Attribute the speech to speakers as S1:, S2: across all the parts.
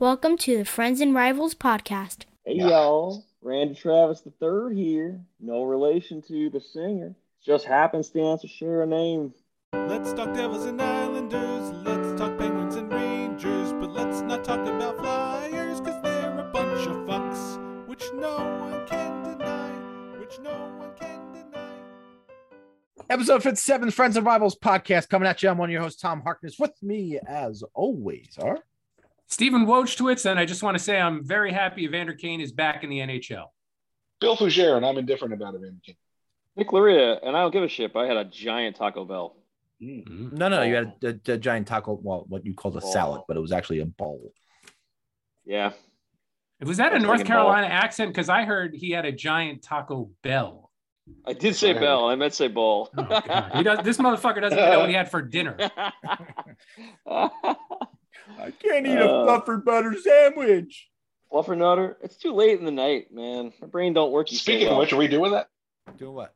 S1: Welcome to the Friends and Rivals podcast.
S2: Hey
S3: Yeah.
S2: y'all, Randy Travis the third here. No relation to the singer. Just happenstance to share a name.
S4: Let's talk Devils and Islanders. Let's talk Penguins and Rangers. But let's not talk about Flyers, because they're a bunch of fucks, which no one can deny. Which no one can deny.
S3: Episode 57, Friends and Rivals podcast coming at you. I'm one of your hosts, Tom Harkness. With me, as always, are
S5: Stephen Wojtowicz, and I just want to say I'm very happy Evander Kane is back in the NHL.
S3: Bill Fougere, and I'm indifferent about it.
S2: Nick Laria, and I don't give a shit. But I had a giant Taco Bell.
S5: Mm-hmm.
S6: No, no, you had a, a- a giant taco. Well, what you called a salad,
S2: Bowl.
S6: but it was actually a bowl.
S2: Yeah,
S5: Was that a
S2: That's
S5: North
S2: like a ball.
S5: Carolina accent? Because I heard he had a giant Taco Bell.
S2: I did say
S3: Right.
S2: Bell. I meant to say Ball.
S5: Oh, God. He does, this motherfucker doesn't even know what he had for dinner.
S6: I can't
S2: eat a Uh.
S6: fluffer butter sandwich.
S2: Fluffer Nutter. It's too late in the night, man. My brain don't work. You
S3: Speaking of which, are we doing that?
S6: Do what?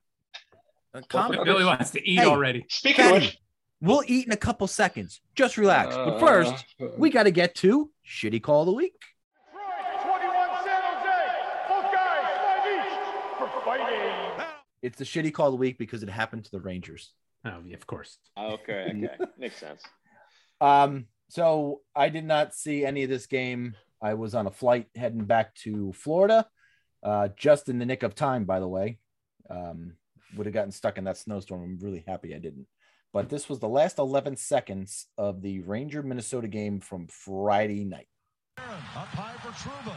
S6: Uh, A
S3: Fluffer-
S6: comment?
S5: Billy wants to eat
S6: Hey.
S5: already.
S3: Speaking of
S6: Kenny,
S3: which,
S6: We'll eat in a couple seconds. Just relax. but first,
S3: Uh,
S6: we got to get to shitty call of the week. It's the shitty call of the week because it happened to the Rangers.
S5: Oh, yeah, of course.
S2: okay, okay, makes sense.
S6: Um, so I did not see any of this game. I was on a flight heading back to Florida, uh, just in the nick of time, by the way. Um, would have gotten stuck in that snowstorm. I'm really happy I didn't. But this was the last 11 seconds of the Ranger Minnesota game from Friday night.
S4: Up high for Truba.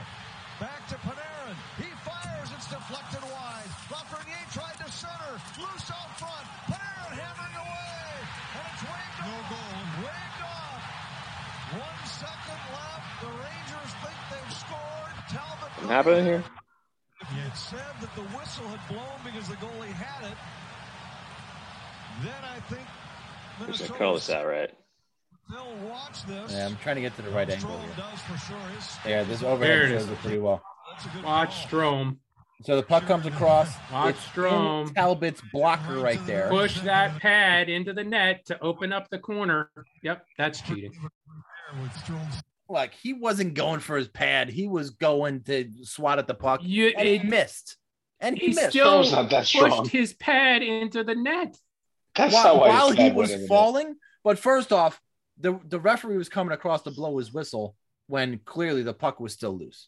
S4: Back to Panarin. He fires. It's deflected wide. Lafreniere tried to center. Loose out front. Panarin hammering away. And it's waved No goal. Waved off. One second left. The Rangers think they've scored. Talbot.
S2: What happened here?
S4: It said that the whistle had blown because the goalie had it. Then I think
S2: We should
S4: Minnesota
S2: call this out right.
S4: They'll watch this.
S6: Yeah, I'm trying to get to the right angle.
S4: Strome
S6: Here.
S4: does for sure. His-
S6: Yeah, this
S5: There
S6: overhead
S5: it
S6: shows
S5: is.
S6: it pretty well.
S4: that's a good
S5: Watch
S4: call.
S5: Strom.
S6: So the puck comes across.
S5: Watch
S6: It's in
S5: Strom.
S6: Talbot's blocker right there.
S5: Push that pad into the net to open up the corner. Yep, that's cheating.
S4: There with Strome's-
S6: Like he wasn't going for his pad. He was going to swat at the puck.
S5: You,
S6: and he missed. And he,
S5: he
S6: missed.
S5: still
S3: Strom's not that strong.
S5: pushed his pad into the net.
S3: that's
S6: while,
S3: not why
S6: while
S3: it's
S6: he
S3: bad,
S6: was
S3: whatever it is.
S6: falling. But first off, the, the referee was coming across to blow his whistle when clearly the puck was still loose.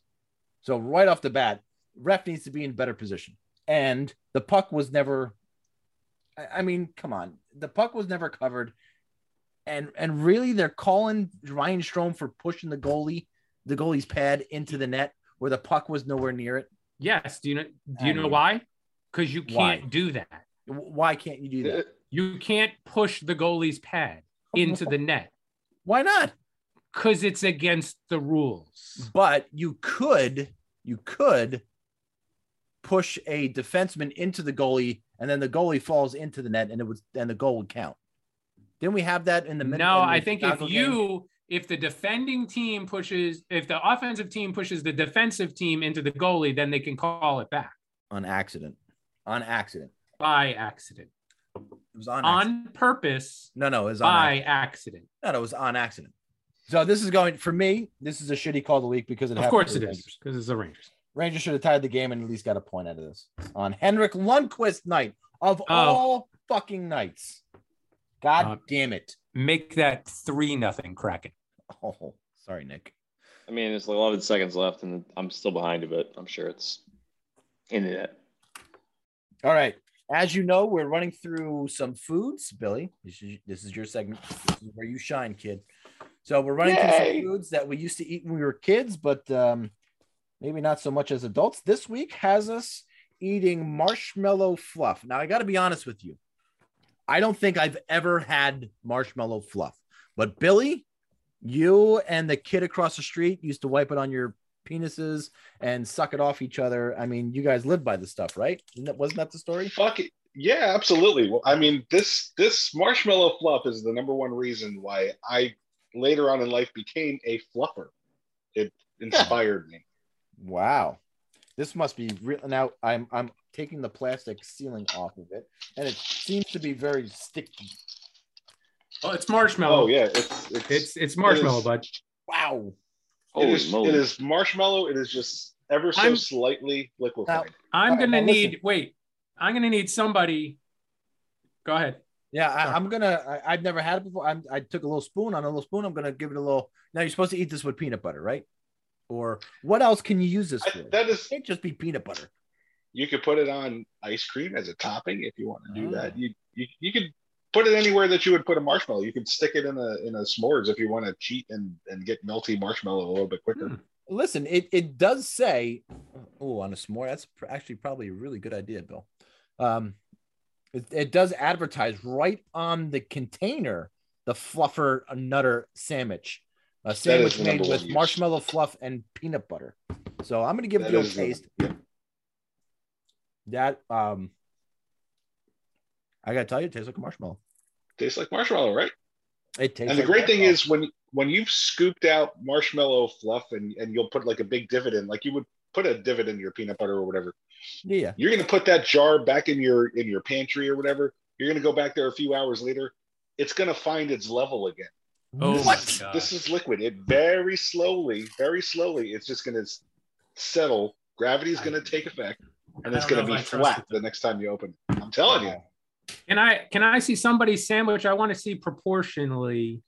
S6: So right off the bat, ref needs to be in better position. And the puck was never I, I mean, come on. The puck was never covered. And and really they're calling Ryan Strom for pushing the goalie, the goalie's pad into the net where the puck was nowhere near it.
S5: Yes. Do you know, do
S6: I
S5: you know
S6: mean,
S5: why? Because you
S6: why?
S5: can't do that.
S6: W- Why can't you do
S3: Uh,
S6: that?
S5: You can't push the goalie's pad into the net
S6: Why not?
S5: because it's against the rules.
S6: but you could you could push a defenseman into the goalie and then the goalie falls into the net and it was and the goal would count didn't we have that in the min-
S5: No,
S6: in the
S5: I think if
S6: Chicago game?
S5: you if the defending team pushes if the offensive team pushes the defensive team into the goalie, then they can call it back
S6: on accident on accident
S5: by accident.
S6: it was on, accident.
S5: On purpose
S6: no no it was on
S5: by
S6: accident.
S5: accident.
S6: no no it was on accident so this is going for me this is a shitty call of the week because it
S5: Of
S6: happened
S5: course
S6: to
S5: it
S6: the
S5: is, because it's the Rangers.
S6: Rangers should have tied the game and at least got a point out of this on Henrik Lundqvist night of all fucking nights god
S5: Oh. Uh,
S6: damn it
S5: Make that three nothing Kraken.
S6: oh sorry nick
S2: I mean, it's 11 seconds left, and I'm still behind a bit. I'm sure it's in the net.
S6: All right. As you know, we're running through some foods, Billy. This is, this is your segment. This is where you shine, kid. So we're running through
S3: Yay.
S6: some foods that we used to eat when we were kids, but um, maybe not so much as adults. This week has us eating marshmallow fluff. Now I got to be honest with you. I don't think I've ever had marshmallow fluff, but Billy, you and the kid across the street used to wipe it on your penises and suck it off each other. I mean, you guys live by this stuff, right? Isn't that, wasn't that the story?
S3: Fuck it. Yeah, absolutely. Well, I mean, this this marshmallow fluff is the number one reason why I later on in life became a fluffer. It inspired me.
S6: Wow. This must be real. Now I'm I'm taking the plastic ceiling off of it, and it seems to be very sticky.
S5: Oh, it's marshmallow.
S6: Um,
S3: Oh yeah, it's it's,
S5: It's it's marshmallow,
S3: is.
S5: bud.
S6: Wow.
S3: it
S2: Holy
S3: is
S2: moly.
S3: it is marshmallow. It is just ever so
S5: I'm-
S3: slightly liquefied.
S5: I'm
S6: All right,
S5: gonna
S6: now
S5: need wait. I'm gonna need somebody. Go ahead.
S6: Yeah, I,
S5: Sure.
S6: I'm gonna. I, I've never had it before. I'm, I took a little spoon on a little spoon. I'm gonna give it a little. Now you're supposed to eat this with peanut butter, right? Or what else can you use this
S3: I-
S6: for? It
S3: that is
S6: can't just be peanut butter.
S3: you could put it on ice cream as a topping if you want to do
S6: Oh.
S3: that. You, you you could put it anywhere that you would put a marshmallow. You could stick it in a in a s'mores if you want to cheat and and get melty marshmallow a little bit quicker.
S5: Hmm.
S6: Listen, it it does say, oh, on a s'more. That's pr- actually probably a really good idea, Bill. Um, it, it does advertise right on the container the fluffer nutter sandwich, a sandwich
S3: the
S6: made
S3: number one
S6: with
S3: use.
S6: marshmallow fluff and peanut butter. So I'm gonna give
S3: That
S6: it a
S3: is the-
S6: taste. That um, I gotta tell you, it tastes like a marshmallow.
S3: Tastes like marshmallow, right?
S6: It tastes.
S3: and the
S6: like
S3: great thing
S6: marshmallow.
S3: is when when you've scooped out marshmallow fluff and and you'll put like a big divot in, like you would put a divot in your peanut butter or whatever.
S6: yeah,
S3: You're gonna put that jar back in your in your pantry or whatever. You're gonna go back there a few hours later. It's gonna find its level again.
S5: Oh
S6: What?
S5: my god.
S3: this is liquid. It very slowly, very slowly, it's just going to settle. Gravity's going to take effect, and
S5: I
S3: it's
S5: don't
S3: going to
S5: know
S3: be
S5: if I trust
S3: flat
S5: it.
S3: the next time you open it. I'm telling you.
S5: Can I can I see somebody's sandwich? I want to see proportionally.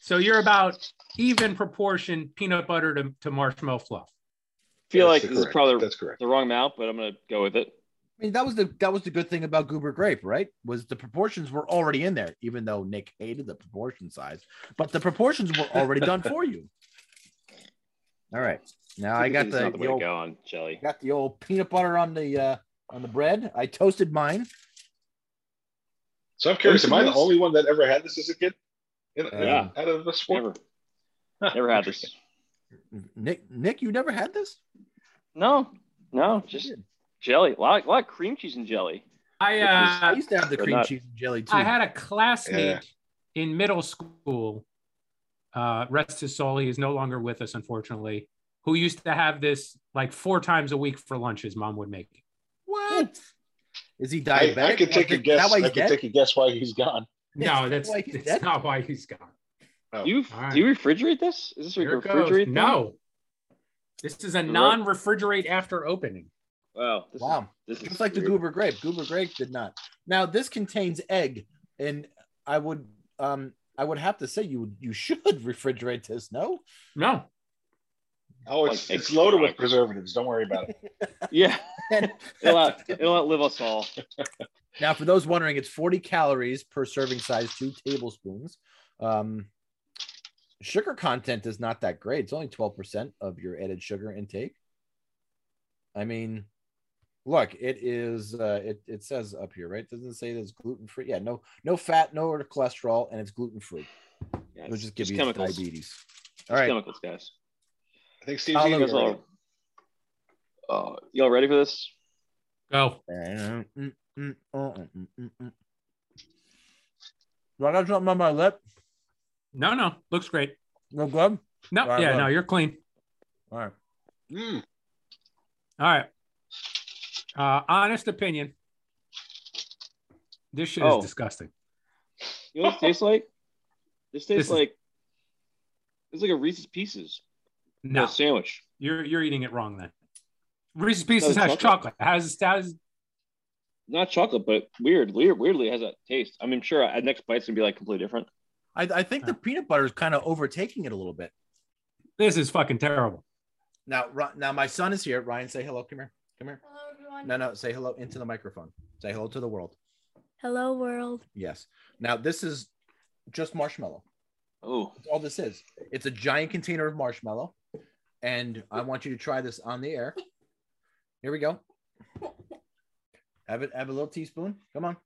S5: So you're about even proportion peanut butter to, to marshmallow fluff.
S7: I feel
S3: That's
S7: like this is
S3: correct.
S7: probably
S3: that's correct.
S7: the wrong amount, but I'm gonna go with it.
S6: I mean, that was the that was the good thing about Goober Grape, right? Was the proportions were already in there, even though Nick hated the proportion size, but the proportions were already done for you. All right, now I got
S7: Typically, it's
S6: the,
S7: not the
S6: the
S7: way to
S6: old,
S7: go on jelly.
S6: got the old peanut butter on the uh, on the bread. I toasted mine.
S3: So I'm curious. Am I the
S2: Listen,
S3: only one that ever had this as a kid? In- in-
S7: Yeah.
S3: Out of the sport.
S7: Never, never had this.
S3: Interesting.
S6: Nick, Nick, you never had this?
S7: No, no, just jelly. A lot, a lot of cream cheese and jelly.
S5: I
S6: I
S5: uh,
S6: used to have the
S7: They're
S6: cream
S7: not-
S6: cheese and jelly too.
S5: I had a classmate in middle school. Uh, rest his soul. He is no longer with us, unfortunately. Who used to have this like four times a week for lunch? His mom would make. it.
S6: what? Is he
S3: I,
S6: diabetic?
S3: I could take a
S6: Is that
S3: guess.
S6: why
S3: I
S6: he's
S3: could
S6: dead?
S3: take a guess why he's gone.
S5: No, that's,
S6: why he's
S5: that's
S6: dead?
S5: not why he's gone.
S3: Oh,
S7: Do you
S5: alright.
S7: do you refrigerate this? Is this like
S5: Here
S7: a
S5: it goes.
S7: refrigerate?
S5: No, this is a
S7: Right.
S5: non-refrigerate after opening.
S7: Wow. This
S6: Wow.
S7: Is, this is
S6: just like the
S7: weird.
S6: goober grape goober grape did not now this contains egg and i would um i would have to say you you should refrigerate this no
S5: No,
S3: Oh, it's,
S7: Like
S3: it's loaded with
S7: extract.
S3: preservatives. Don't worry about it.
S7: Yeah. it'll, out, it'll outlive us all.
S6: now for those wondering it's 40 calories per serving size two tablespoons um sugar content is not that great it's only 12% of your added sugar intake i mean look it is uh it, it says up here right doesn't it say that it's gluten free yeah no no fat no cholesterol and it's gluten free
S7: Yeah,
S6: It'll
S7: it's
S6: just give you
S7: chemicals.
S6: diabetes.
S7: Just
S6: All right.
S7: chemicals, guys.
S3: I think Steve's
S6: I'll
S3: eating
S6: look
S3: it
S7: at
S3: right.
S7: Oh, y'all ready for this?
S5: go.
S6: Do I got something on my lip?
S5: No, no. Looks great.
S6: No glove?
S5: No,
S6: All right,
S5: yeah,
S6: look.
S5: no. You're clean.
S6: All right.
S3: Mm,
S5: All right. Uh, honest opinion. This shit
S7: Oh.
S5: is disgusting.
S7: You know what it tastes like? This tastes
S5: This is-
S7: like it's like a Reese's Pieces
S5: No,
S7: a sandwich.
S5: you're you're eating it wrong then. Reese's Pieces
S7: it's
S5: has
S7: chocolate.
S5: chocolate. Has has
S7: Not chocolate, but weird. Weird. Weirdly, it has that taste. I mean, sure, at next bite's gonna be like completely different.
S6: I, I think the peanut butter is kind of overtaking it a little bit.
S5: this is fucking terrible.
S6: Now, Ri- now my son is here. Ryan, say hello. Come here. Come here. No, no, say hello into the microphone. Say hello to the world.
S1: Hello, world.
S6: Yes. Now this is just marshmallow.
S7: Oh,
S6: That's all this is. It's a giant container of marshmallow, and I want you to try this on the air. Here we go. Have it. Have a little teaspoon. Come on.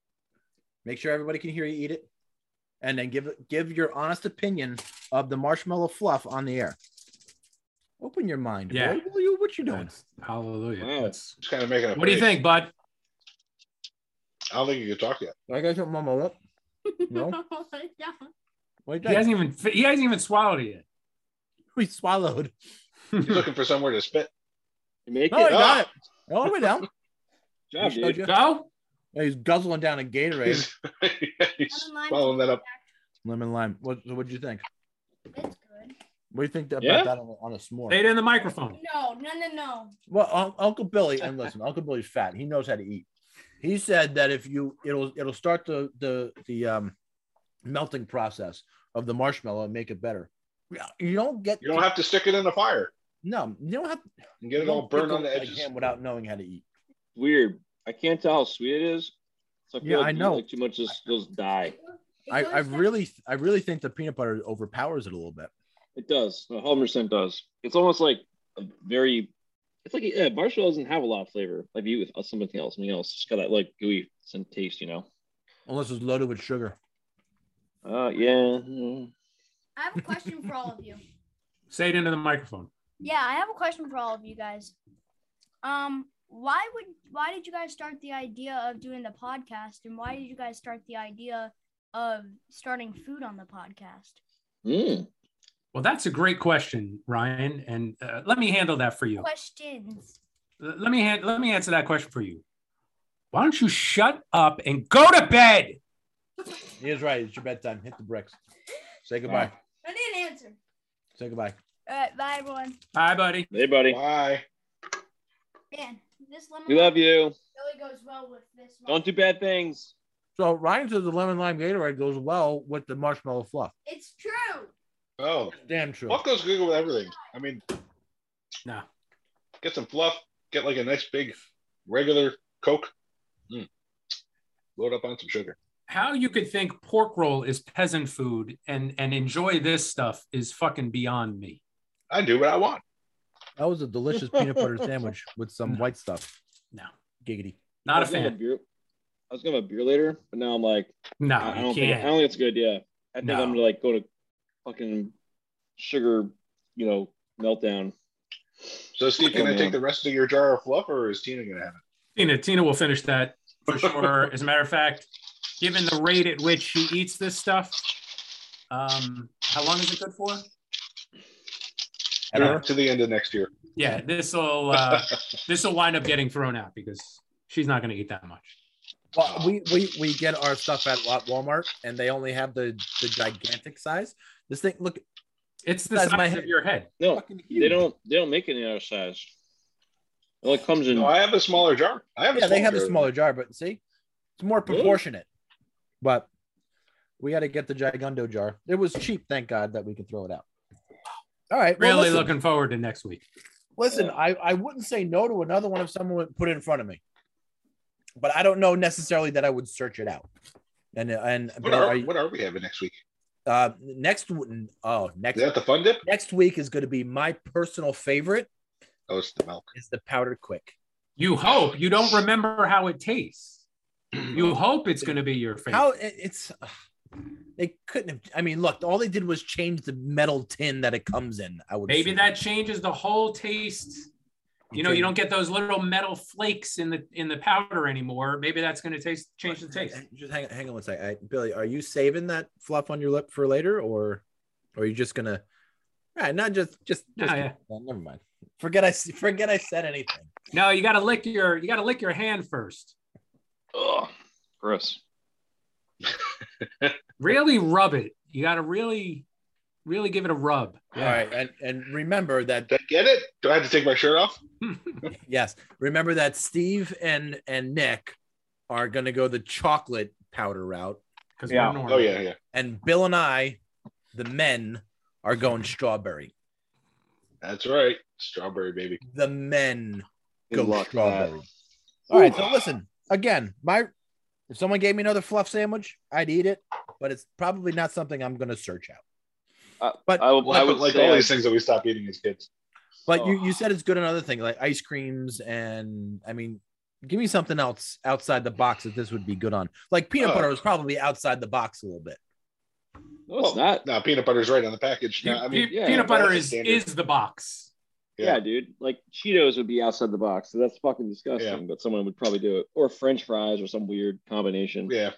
S6: Make sure everybody can hear you eat it, and then give give your honest opinion of the marshmallow fluff on the air. Open your mind. Yeah.
S5: Yeah.
S6: Boy. What you- What you doing?
S5: That's- hallelujah.
S3: Wow.
S5: That's-
S3: just kind of making a
S5: what do you
S3: face.
S5: think, bud?
S3: I don't think you could talk yet.
S6: I got something on my lip. No. What do
S5: He
S6: you
S5: hasn't even he hasn't even swallowed it
S6: We swallowed.
S5: yet.
S3: He's looking for somewhere to spit. Ah,
S7: you make
S6: No, I
S7: it.
S6: got it. All the way down.
S7: Good job,
S6: He showed
S7: dude.
S6: you.
S5: go.
S6: Yeah, He's guzzling down a Gatorade.
S3: He's, he's following that up.
S6: Lemon lime. What? What'd you think?
S1: It's good.
S6: What do you think about
S7: Yeah.
S6: that on a, on a s'more?
S5: Say it in the microphone.
S8: No, no, no, no.
S6: Well, Un- Uncle Billy, and listen, Uncle Billy's fat. He knows how to eat. He said that if you, it'll it'll start the the the um, melting process of the marshmallow and make it better. Yeah, You don't get
S3: You don't have to stick it in the fire
S6: no, you don't have
S3: and get
S6: you
S3: it
S6: don't
S3: all burned
S6: pickle
S3: on the
S6: like
S3: edges.
S6: him without knowing how to eat.
S7: Weird. I can't tell how sweet it is. So I feel
S6: Yeah,
S7: like
S6: I
S7: you
S6: know.
S7: Like too much, just goes die.
S6: I, I really I really think the peanut butter overpowers it a little bit.
S7: It does. A hundred percent does. It's almost like a very. It's like yeah, marshmallow doesn't have a lot of flavor. Like you eat with something else, something else. It's got that like gooey some taste, you know.
S6: Unless it's loaded with sugar.
S7: Uh, yeah. yeah.
S8: I have a question for all of you.
S5: Say it into the microphone.
S8: Yeah, I have a question for all of you guys. Um, why would why did you guys start the idea of doing the podcast, and why did you guys start the idea of starting food on the podcast?
S7: Mm.
S5: Well, that's a great question, Ryan, and uh, let me handle that for you.
S8: Questions.
S5: L- Let me han- let me answer that question for you. Why don't you shut up and go to bed?
S6: He is right. It's your bedtime. Hit the bricks. Say goodbye.
S8: I didn't answer.
S6: Say goodbye.
S8: All right, bye everyone.
S5: Hi, buddy.
S7: Hey, buddy.
S3: Why?
S8: Man, this lemon
S7: We love you.
S8: really goes well with this.
S7: Don't do bad things.
S6: So Ryan says the lemon lime Gatorade goes well with the marshmallow fluff.
S8: It's true.
S3: Oh,
S6: Damn true.
S3: fluff goes good with everything. I mean,
S5: Nah.
S3: get some fluff. Get like a nice big regular Coke. Mm. Load up on some sugar.
S5: How you could think pork roll is peasant food and and enjoy this stuff is fucking beyond me.
S3: I do what I want.
S6: That was a delicious peanut butter sandwich with some white stuff.
S5: No.
S6: Giggity.
S5: Not a
S7: I was gonna have
S5: fan.
S7: beer- I was gonna have a beer later, but now I'm like,
S5: No,
S7: I I
S5: you
S7: don't think I
S5: can't.
S7: don't think it's a good idea. I think
S5: No.
S7: I'm gonna like go to fucking sugar, you know, meltdown.
S3: So, Steve, can
S7: Oh,
S3: I take
S7: man.
S3: the rest of your jar of fluff, or is Tina gonna have it?
S5: Tina, Tina will finish that for sure. As a matter of fact, given the rate at which she eats this stuff, um, how long is it good for?
S6: Ever?
S3: To the end of next year.
S5: Yeah, this will uh, this will wind up getting thrown out because she's not going to eat that much.
S6: Well, we, we we get our stuff at Wa- Walmart and they only have the, the gigantic size. This thing, look,
S5: It's the
S6: That's
S5: size
S6: my
S5: of
S6: head.
S5: your head.
S7: No,
S6: fucking huge.
S7: they don't. They don't make it in our size. It only comes in.
S3: No, I have a smaller jar. I have.
S6: Yeah,
S3: a
S6: they have
S3: jar
S6: a
S3: than-
S6: smaller jar, but see, it's more
S7: Really?
S6: proportionate. But we got to get the Gigundo jar. It was cheap, thank God that we could throw it out. All right, well,
S5: Really
S6: listen,
S5: looking forward to next week.
S6: Listen, I, I wouldn't say no to another one if someone would put it in front of me, but I don't know necessarily that I would search it out. And and
S3: What
S6: but
S3: are,
S6: I-
S3: what are we having next week?
S6: uh, next w- oh
S3: Is
S6: next
S3: that the fun dip?
S6: next week is going to be my personal favorite
S3: Oh, it's the milk.
S6: is the powdered quick.
S5: You hope you don't remember how it tastes. You hope it's going to be your favorite.
S6: How it, it's ugh, they couldn't have. I mean, look, all they did was change the metal tin that it comes in. I would
S5: Maybe
S6: assume.
S5: that changes the whole taste. You know, you don't get those little metal flakes in the in the powder anymore. Maybe that's going to taste change the taste.
S6: Just hang, hang on one second, I- Billy. Are you saving that fluff on your lip for later, or, or are you just gonna? All right, not just just.
S5: No,
S6: just
S5: yeah.
S6: well, never mind. Forget I s- forget I said anything.
S5: No, you got to lick your you got to lick your hand first.
S7: Ugh, gross.
S5: Really rub it. You got to really really give it a rub.
S6: All right, and and remember that
S3: Did I get it? Do I have to take my shirt off?
S5: Hmm.
S6: yes, remember that Steve and and Nick are gonna go the chocolate powder route,
S5: Because
S7: Yeah.
S5: we're normal.
S3: Oh yeah, yeah.
S6: and Bill and I, the men, are going strawberry.
S3: That's right. Strawberry baby.
S6: The men
S7: Good
S6: go
S7: luck with
S6: strawberry.
S7: that.
S6: All right,
S7: Ooh.
S6: so listen again. My if someone gave me another fluff sandwich, I'd eat it, but it's probably not something I'm going to search out. But-
S7: I, would- I
S3: Like,
S7: would
S3: like
S7: say
S3: all
S7: I-
S3: these things that we stopped eating as kids.
S6: But you
S7: Oh.
S6: you said it's good in other things like ice creams and I mean, give me something else outside the box that this would be good on. Like peanut
S3: Oh.
S6: butter is probably outside the box a little bit.
S7: No, it's
S3: Well,
S7: not.
S3: No, peanut butter's right on the package. No,
S5: Pe-
S3: I mean,
S5: pe-
S7: yeah,
S5: peanut butter
S3: that's
S5: is
S3: standard.
S5: is the box.
S7: Yeah.
S3: Yeah.
S7: dude. Like Cheetos would be outside the box, so that's fucking disgusting.
S3: Yeah.
S7: But someone would probably do it, or French fries, or some weird combination.
S3: yeah.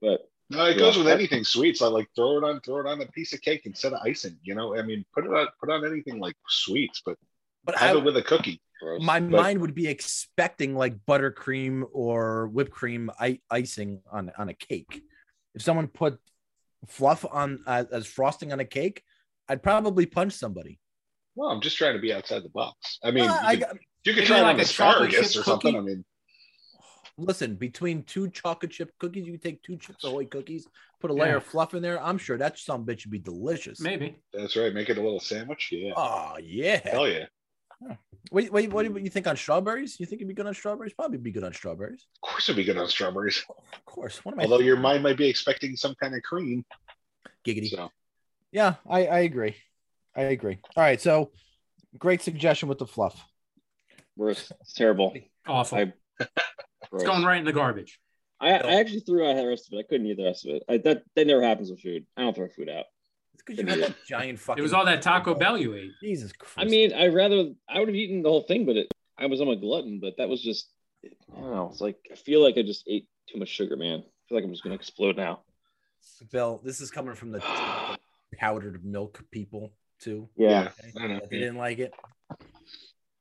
S7: But
S3: No, it
S7: Yeah.
S3: goes with anything sweets. I like throw it on, throw it on a piece of cake instead of icing. You know, I mean, put it on, put on anything like sweets, but
S6: But
S3: have
S6: I,
S3: it with a cookie.
S7: gross.
S6: my mind would be expecting like buttercream or whipped cream I- icing on on a cake. If someone put fluff on uh, as frosting on a cake, I'd probably punch somebody.
S3: Well, I'm just trying to be outside the box. I mean,
S6: Well,
S3: you,
S6: I
S3: could,
S6: got-
S3: you could
S5: maybe
S3: try it
S5: like
S3: on
S5: a chocolate
S3: asparagus
S5: chip
S3: or something. I
S5: cookie.
S3: mean,
S6: listen, between two chocolate chip cookies, you take two chips ahoy cookies, put a layer
S5: Yeah.
S6: of fluff in there. I'm sure that some bitch would be delicious.
S5: Maybe.
S3: that's right. Make it a little sandwich. Yeah.
S6: Oh yeah.
S3: Hell yeah.
S6: Wait, wait, what do you think on strawberries? You think it'd be good on strawberries? Probably be good on strawberries.
S3: Of course it'd be good on strawberries.
S6: Of course. What am I
S3: Although your mind might be expecting some kind of cream.
S6: giggity?
S3: So
S6: Yeah, I, I agree. I agree. All right, so great suggestion with the fluff.
S7: Gross. It's terrible.
S5: Awful.
S7: I- Gross.
S5: it's going right in the garbage.
S7: I, I actually threw out the rest of it. I couldn't eat the rest of it. I, that that never happens with food. I don't throw food out.
S6: It's because you had that giant fucking.
S5: It was all that Taco Bell you ate.
S6: Jesus Christ.
S7: I mean, I rather I would have eaten the whole thing, but it, I was I'm a glutton. But that was just I don't know. It's like I feel like I just ate too much sugar, man. I feel like I'm just gonna explode now.
S6: Bill, this is coming from the powdered milk people too.
S3: yeah.
S6: Okay?
S3: I know.
S6: They didn't like it.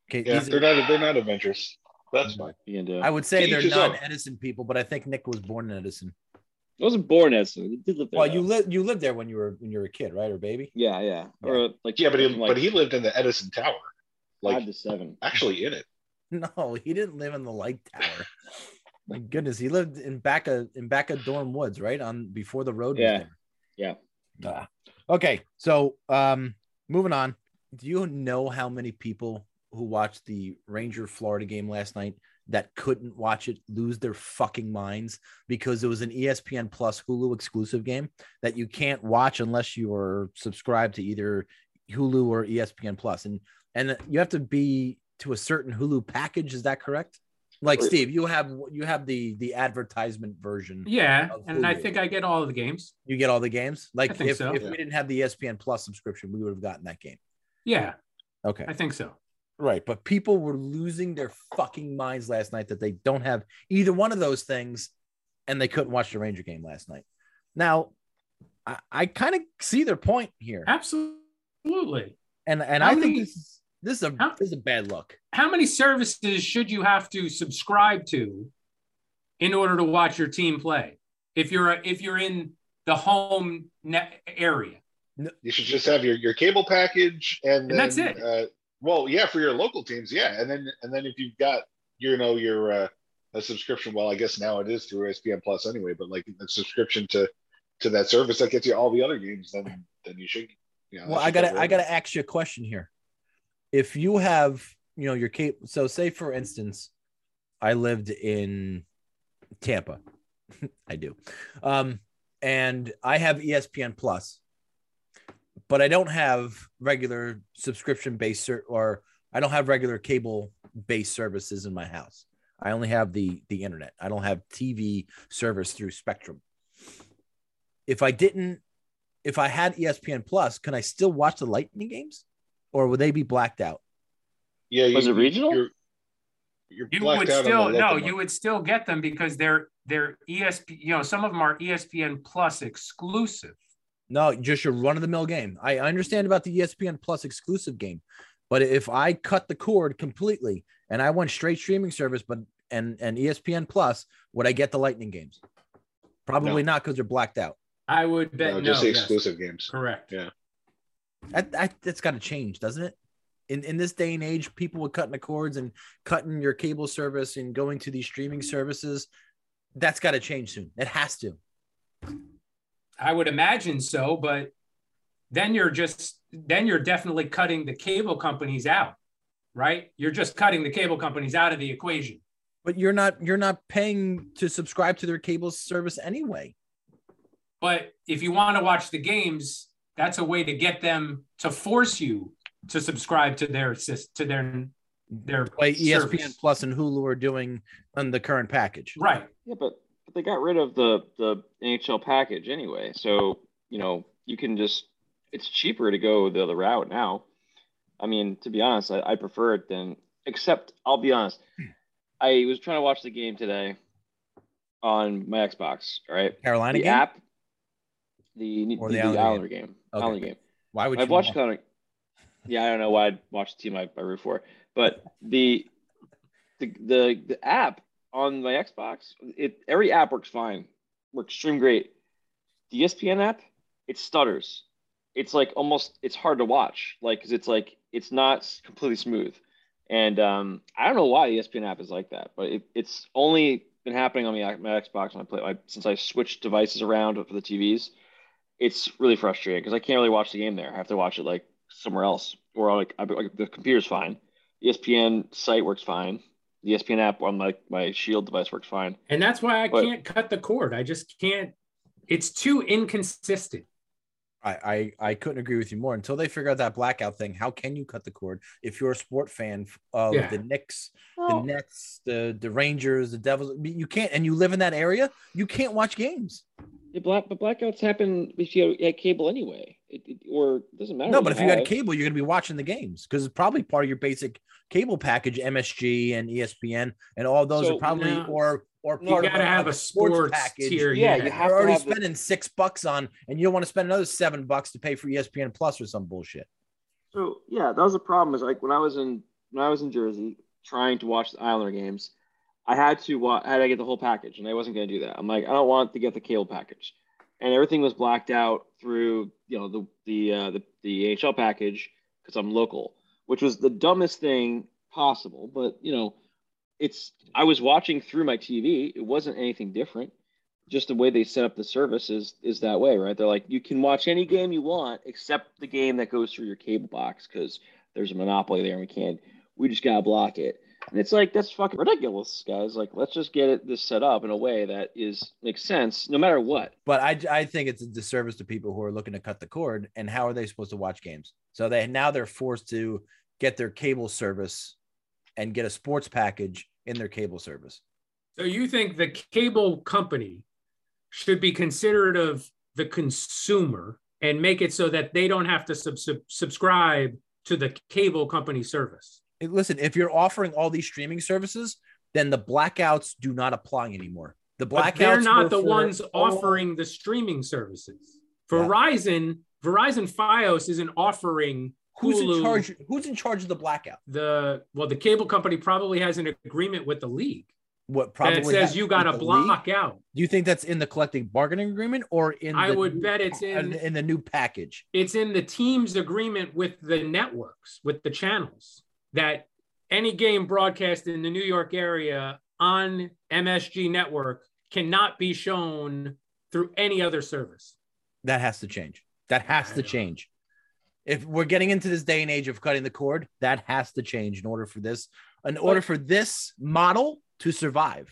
S6: Okay,
S3: Yeah,
S6: these are-
S3: they're not they're not adventurous. That's
S6: Mm-hmm.
S3: fine.
S7: You know,
S6: I would say
S3: Teach
S6: they're
S3: yourself.
S6: non-Edison people, but I think Nick was born in Edison.
S7: I wasn't born as so it did live there,
S6: Well, you
S7: though.
S6: lived you lived there when you were when you were a kid, right, or baby?
S7: yeah, yeah, or uh, like
S3: Yeah, but he
S7: from, like,
S3: but he lived in the Edison Tower,
S7: five
S3: like
S7: to seven.
S3: actually in it.
S6: No, he didn't live in the light tower. My goodness, he lived in back of in back of Dorm Woods, right on before the road. was
S7: Yeah.
S6: there.
S7: Yeah.
S6: Ah. okay, so um, moving on. Do you know how many people who watched the Ranger Florida game last night that couldn't watch it lose their fucking minds because it was an E ESPN Plus Hulu exclusive game that you can't watch unless you are subscribed to either Hulu or E ESPN Plus, and and you have to be to a certain Hulu package. Is that correct? Like
S7: Right.
S6: Steve, you have you have the the advertisement version.
S5: Yeah.
S6: Of
S5: And I
S6: Hulu.
S5: think I get all of the games.
S6: You get all the games. Like
S5: I think
S6: if,
S5: so.
S6: if we didn't have the E ESPN Plus subscription, we would have gotten that game.
S5: Yeah.
S6: Okay,
S5: I think so.
S6: right. But people were losing their fucking minds last night that they don't have either one of those things, and they couldn't watch the Ranger game last night. Now, I, I kind of see their point here,
S5: Absolutely.
S6: and and
S5: How
S6: I think
S5: many-
S6: this is this is a
S5: How-
S6: this is a bad look.
S5: How many services should you have to subscribe to in order to watch your team play? If you're a, if you're in the home net area,
S3: You should just have your, your cable package and,
S5: And that's
S3: then,
S5: it.
S3: Uh, well, yeah, for your local teams, yeah, and then and then if you've got you know your uh, a subscription, well, I guess now it is through ESPN Plus anyway, but like a subscription to to that service that gets you all the other games, then then you should. You know, that
S6: well i
S3: should
S6: gotta
S3: cover
S6: i
S3: everything.
S6: gotta ask you a question here if you have you know your cape so say for instance i lived in tampa i do um and i have E espn plus but i don't have regular subscription based ser- or i don't have regular cable based services in my house i only have the the internet i don't have tv service through spectrum if i didn't if I had E ESPN Plus, can I still watch the Lightning games, or would they be blacked out?
S3: Yeah,
S7: Was it regional?
S3: You're, you're
S5: you
S3: blacked
S5: would
S3: out on the
S5: still
S3: local
S5: no
S3: one.
S5: you would still get them because they're they're esp you know some of them are E espn plus exclusive
S6: No, just your run of the mill game. I I understand about the E ESPN Plus exclusive game, but if I cut the cord completely and I went straight streaming service, but and and E ESPN Plus, would I get the Lightning games? Probably not because they're blacked out.
S5: i would bet
S3: No,
S5: no,
S3: just the
S5: yes.
S3: exclusive games.
S5: correct
S3: Yeah.
S6: That, that, that's got to change, doesn't it? In, in this day and age, people with cutting the cords and cutting your cable service and going to these streaming services, that's got to change soon. It has to.
S5: i would imagine so but then you're just then you're definitely cutting the cable companies out right you're just cutting the cable companies out of the equation
S6: but you're not you're not paying to subscribe to their cable service anyway
S5: but if you want to watch the games that's a way to get them to force you to subscribe to their sys- to their their
S6: like
S5: service.
S6: espn plus and hulu are doing on the current package
S5: right
S7: Yeah, but, but they got rid of the the NHL package anyway, so you know you can just it's cheaper to go the other route now. I mean, to be honest, I, I prefer it than. Except, I'll be honest, I was trying to watch the game today on my Xbox. All right,
S6: carolina
S7: the
S6: game
S7: app, the
S6: Or
S7: the,
S6: the
S7: the
S6: Islander
S7: Islander game,
S6: Okay.
S7: Islander game.
S6: why would you
S7: I've watched
S6: want-
S7: kind of, yeah, I don't know why I'd watch the team I, I root for, but the, the the the app on my Xbox, it every E app works fine, works stream great. The ESPN app, it stutters. it's like almost it's hard to watch, like because it's like it's not s- completely smooth. And um, I don't know why the ESPN app is like that, but it, it's only been happening on my, my Xbox when I play my, since I switched devices around for the TVs. It's really frustrating because I can't really watch the game there. I have to watch it like somewhere else, or like, I, like the computer's fine. E ESPN site works fine. The E ESPN app on my my Shield device works fine.
S5: And that's why I
S7: But-
S5: can't cut the cord. I just can't. It's too inconsistent.
S6: I, I I couldn't agree with you more. Until they figure out that blackout thing, how can you cut the cord if you're a sport fan of
S5: Yeah.
S6: the Knicks, the
S8: Well,
S6: Nets, the the Rangers, the Devils? I mean, You can't, and you live in that area. You can't watch games.
S7: Yeah, black, but blackouts happen if you had cable anyway, it, it, or it doesn't matter.
S6: No,
S7: what
S6: but if you had
S7: have.
S6: cable, you're going to be watching the games because it's probably part of your basic cable package. MSG and E ESPN and all those
S7: So-
S6: are probably
S5: No.
S6: or or
S7: You
S5: You
S6: part of
S5: gotta have a sports, tier.
S7: Yeah,
S5: Yeah,
S7: you have
S6: You're
S7: to
S6: already
S7: the-
S6: spending six bucks on, and you don't want to spend another seven bucks to pay for E ESPN Plus or some bullshit.
S7: So yeah, that was the problem. Is like when I was in when I was in Jersey trying to watch the Islander games, I had to watch. I had to get the whole package, and I wasn't going to do that. I'm like, I don't want to get the cable package, and everything was blacked out through you know the the uh, the, the AHL package because I'm local, which was the dumbest thing possible. But you know, it's I was watching through my TV. It wasn't anything different. Just the way they set up the service is is that way, right? They're like you can watch any game you want except the game that goes through your cable box because there's a monopoly there and we can't. We just gotta block it. And it's like that's fucking ridiculous, guys. Like let's just get it this set up in a way that is makes sense no matter what.
S6: But I, I think it's a disservice to people who are looking to cut the cord. And how are they supposed to watch games? So they now they're forced to get their cable service and get a sports package in their cable service.
S5: So you think the cable company should be considerate of the consumer and make it so that they don't have to sub- sub- subscribe to the cable company service?
S6: Hey, Listen, if you're offering all these streaming services, then the blackouts do not apply anymore. The blackouts
S5: But they're
S6: were
S5: not the
S6: for-
S5: ones offering the streaming services.
S6: Yeah.
S5: Verizon, Verizon Fios isn't offering
S6: Who's in
S5: Hulu.
S6: charge? Who's in charge of the blackout?
S5: the well, the cable company probably has an agreement with the league
S6: What
S5: that says
S6: happened
S5: you got to
S6: with the league?
S5: block out.
S6: Do you think that's in the collective bargaining agreement or in?
S5: I
S6: the
S5: would
S6: new-
S5: bet it's in-
S6: in the new package.
S5: it's in the team's agreement with the networks, with the channels, that any game broadcast in the New York area on MSG network cannot be shown through any other service.
S6: That has to change. That has
S5: I
S6: to
S5: know.
S6: change. If we're getting into this day and age of cutting the cord, that has to change in order for this, in order for this model to survive.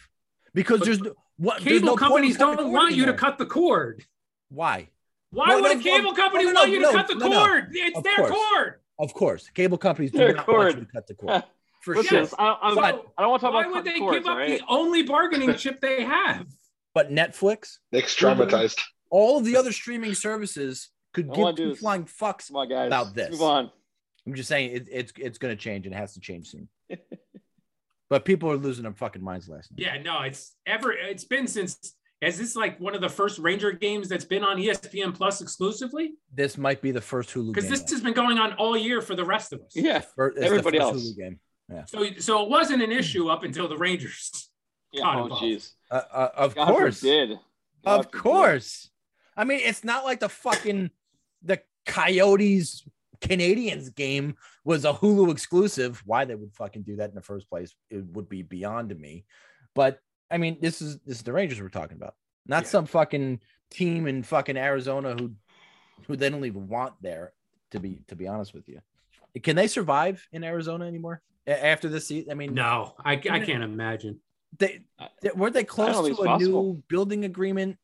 S6: Because
S5: But
S6: there's no, what there's
S5: Cable
S6: no point in
S5: companies
S6: cutting the
S5: don't
S6: cord
S5: want you to
S6: anymore.
S5: cut the cord.
S6: Why?
S5: Why
S6: No,
S5: would
S6: no,
S5: a cable
S6: no,
S5: company
S6: no, no,
S5: want you to
S6: no,
S5: cut the
S6: no, no.
S5: cord? It's
S6: Of
S5: their
S6: course.
S5: cord.
S6: Of course, cable companies do
S7: Their
S6: not want you
S7: cord.
S6: to cut the cord for
S7: Listen,
S6: sure.
S7: I, I'm,
S5: So
S7: I don't want to talk
S5: why
S7: about
S5: would they
S7: courts,
S5: give up
S7: right?
S5: the only bargaining chip they have?
S6: But Netflix,
S3: Nick's traumatized.
S6: all of the other streaming services could
S7: I wanna
S6: give
S7: do
S6: two
S7: this.
S6: flying fucks.
S7: Come on, guys.
S6: About this.
S7: Move on.
S6: I'm just saying it, it's it's going to change and it has to change soon. but people are losing their fucking minds last night.
S5: Yeah, no, it's ever it's been since is this like one of the first Ranger games that's been on E ESPN Plus exclusively?
S6: This might be the first Hulu
S5: Because
S6: game.
S5: this has been going on all year for the rest of us.
S7: Yeah.
S6: Fir- it's the
S7: everybody
S6: first
S7: else.
S6: Hulu game.
S5: So so it wasn't an issue up until the Rangers.
S7: yeah.
S5: God
S7: Oh,
S5: above.
S7: jeez.
S6: Uh, uh, of
S7: God
S6: course,
S7: forbid. God
S6: of
S7: forbid.
S6: course. I mean, it's not like the fucking the Coyotes Canadians game was a Hulu exclusive. Why they would fucking do that in the first place, it would be beyond me. But I mean, this is this is the Rangers we're talking about, not
S5: Yeah.
S6: some fucking team in fucking Arizona who who they don't even want there. To be to be honest with you, can they survive in Arizona anymore A- after this season? I mean,
S5: No, Uh, I, I can't imagine.
S6: they, they were they close
S7: think
S6: to a
S7: it's possible.
S6: new building agreement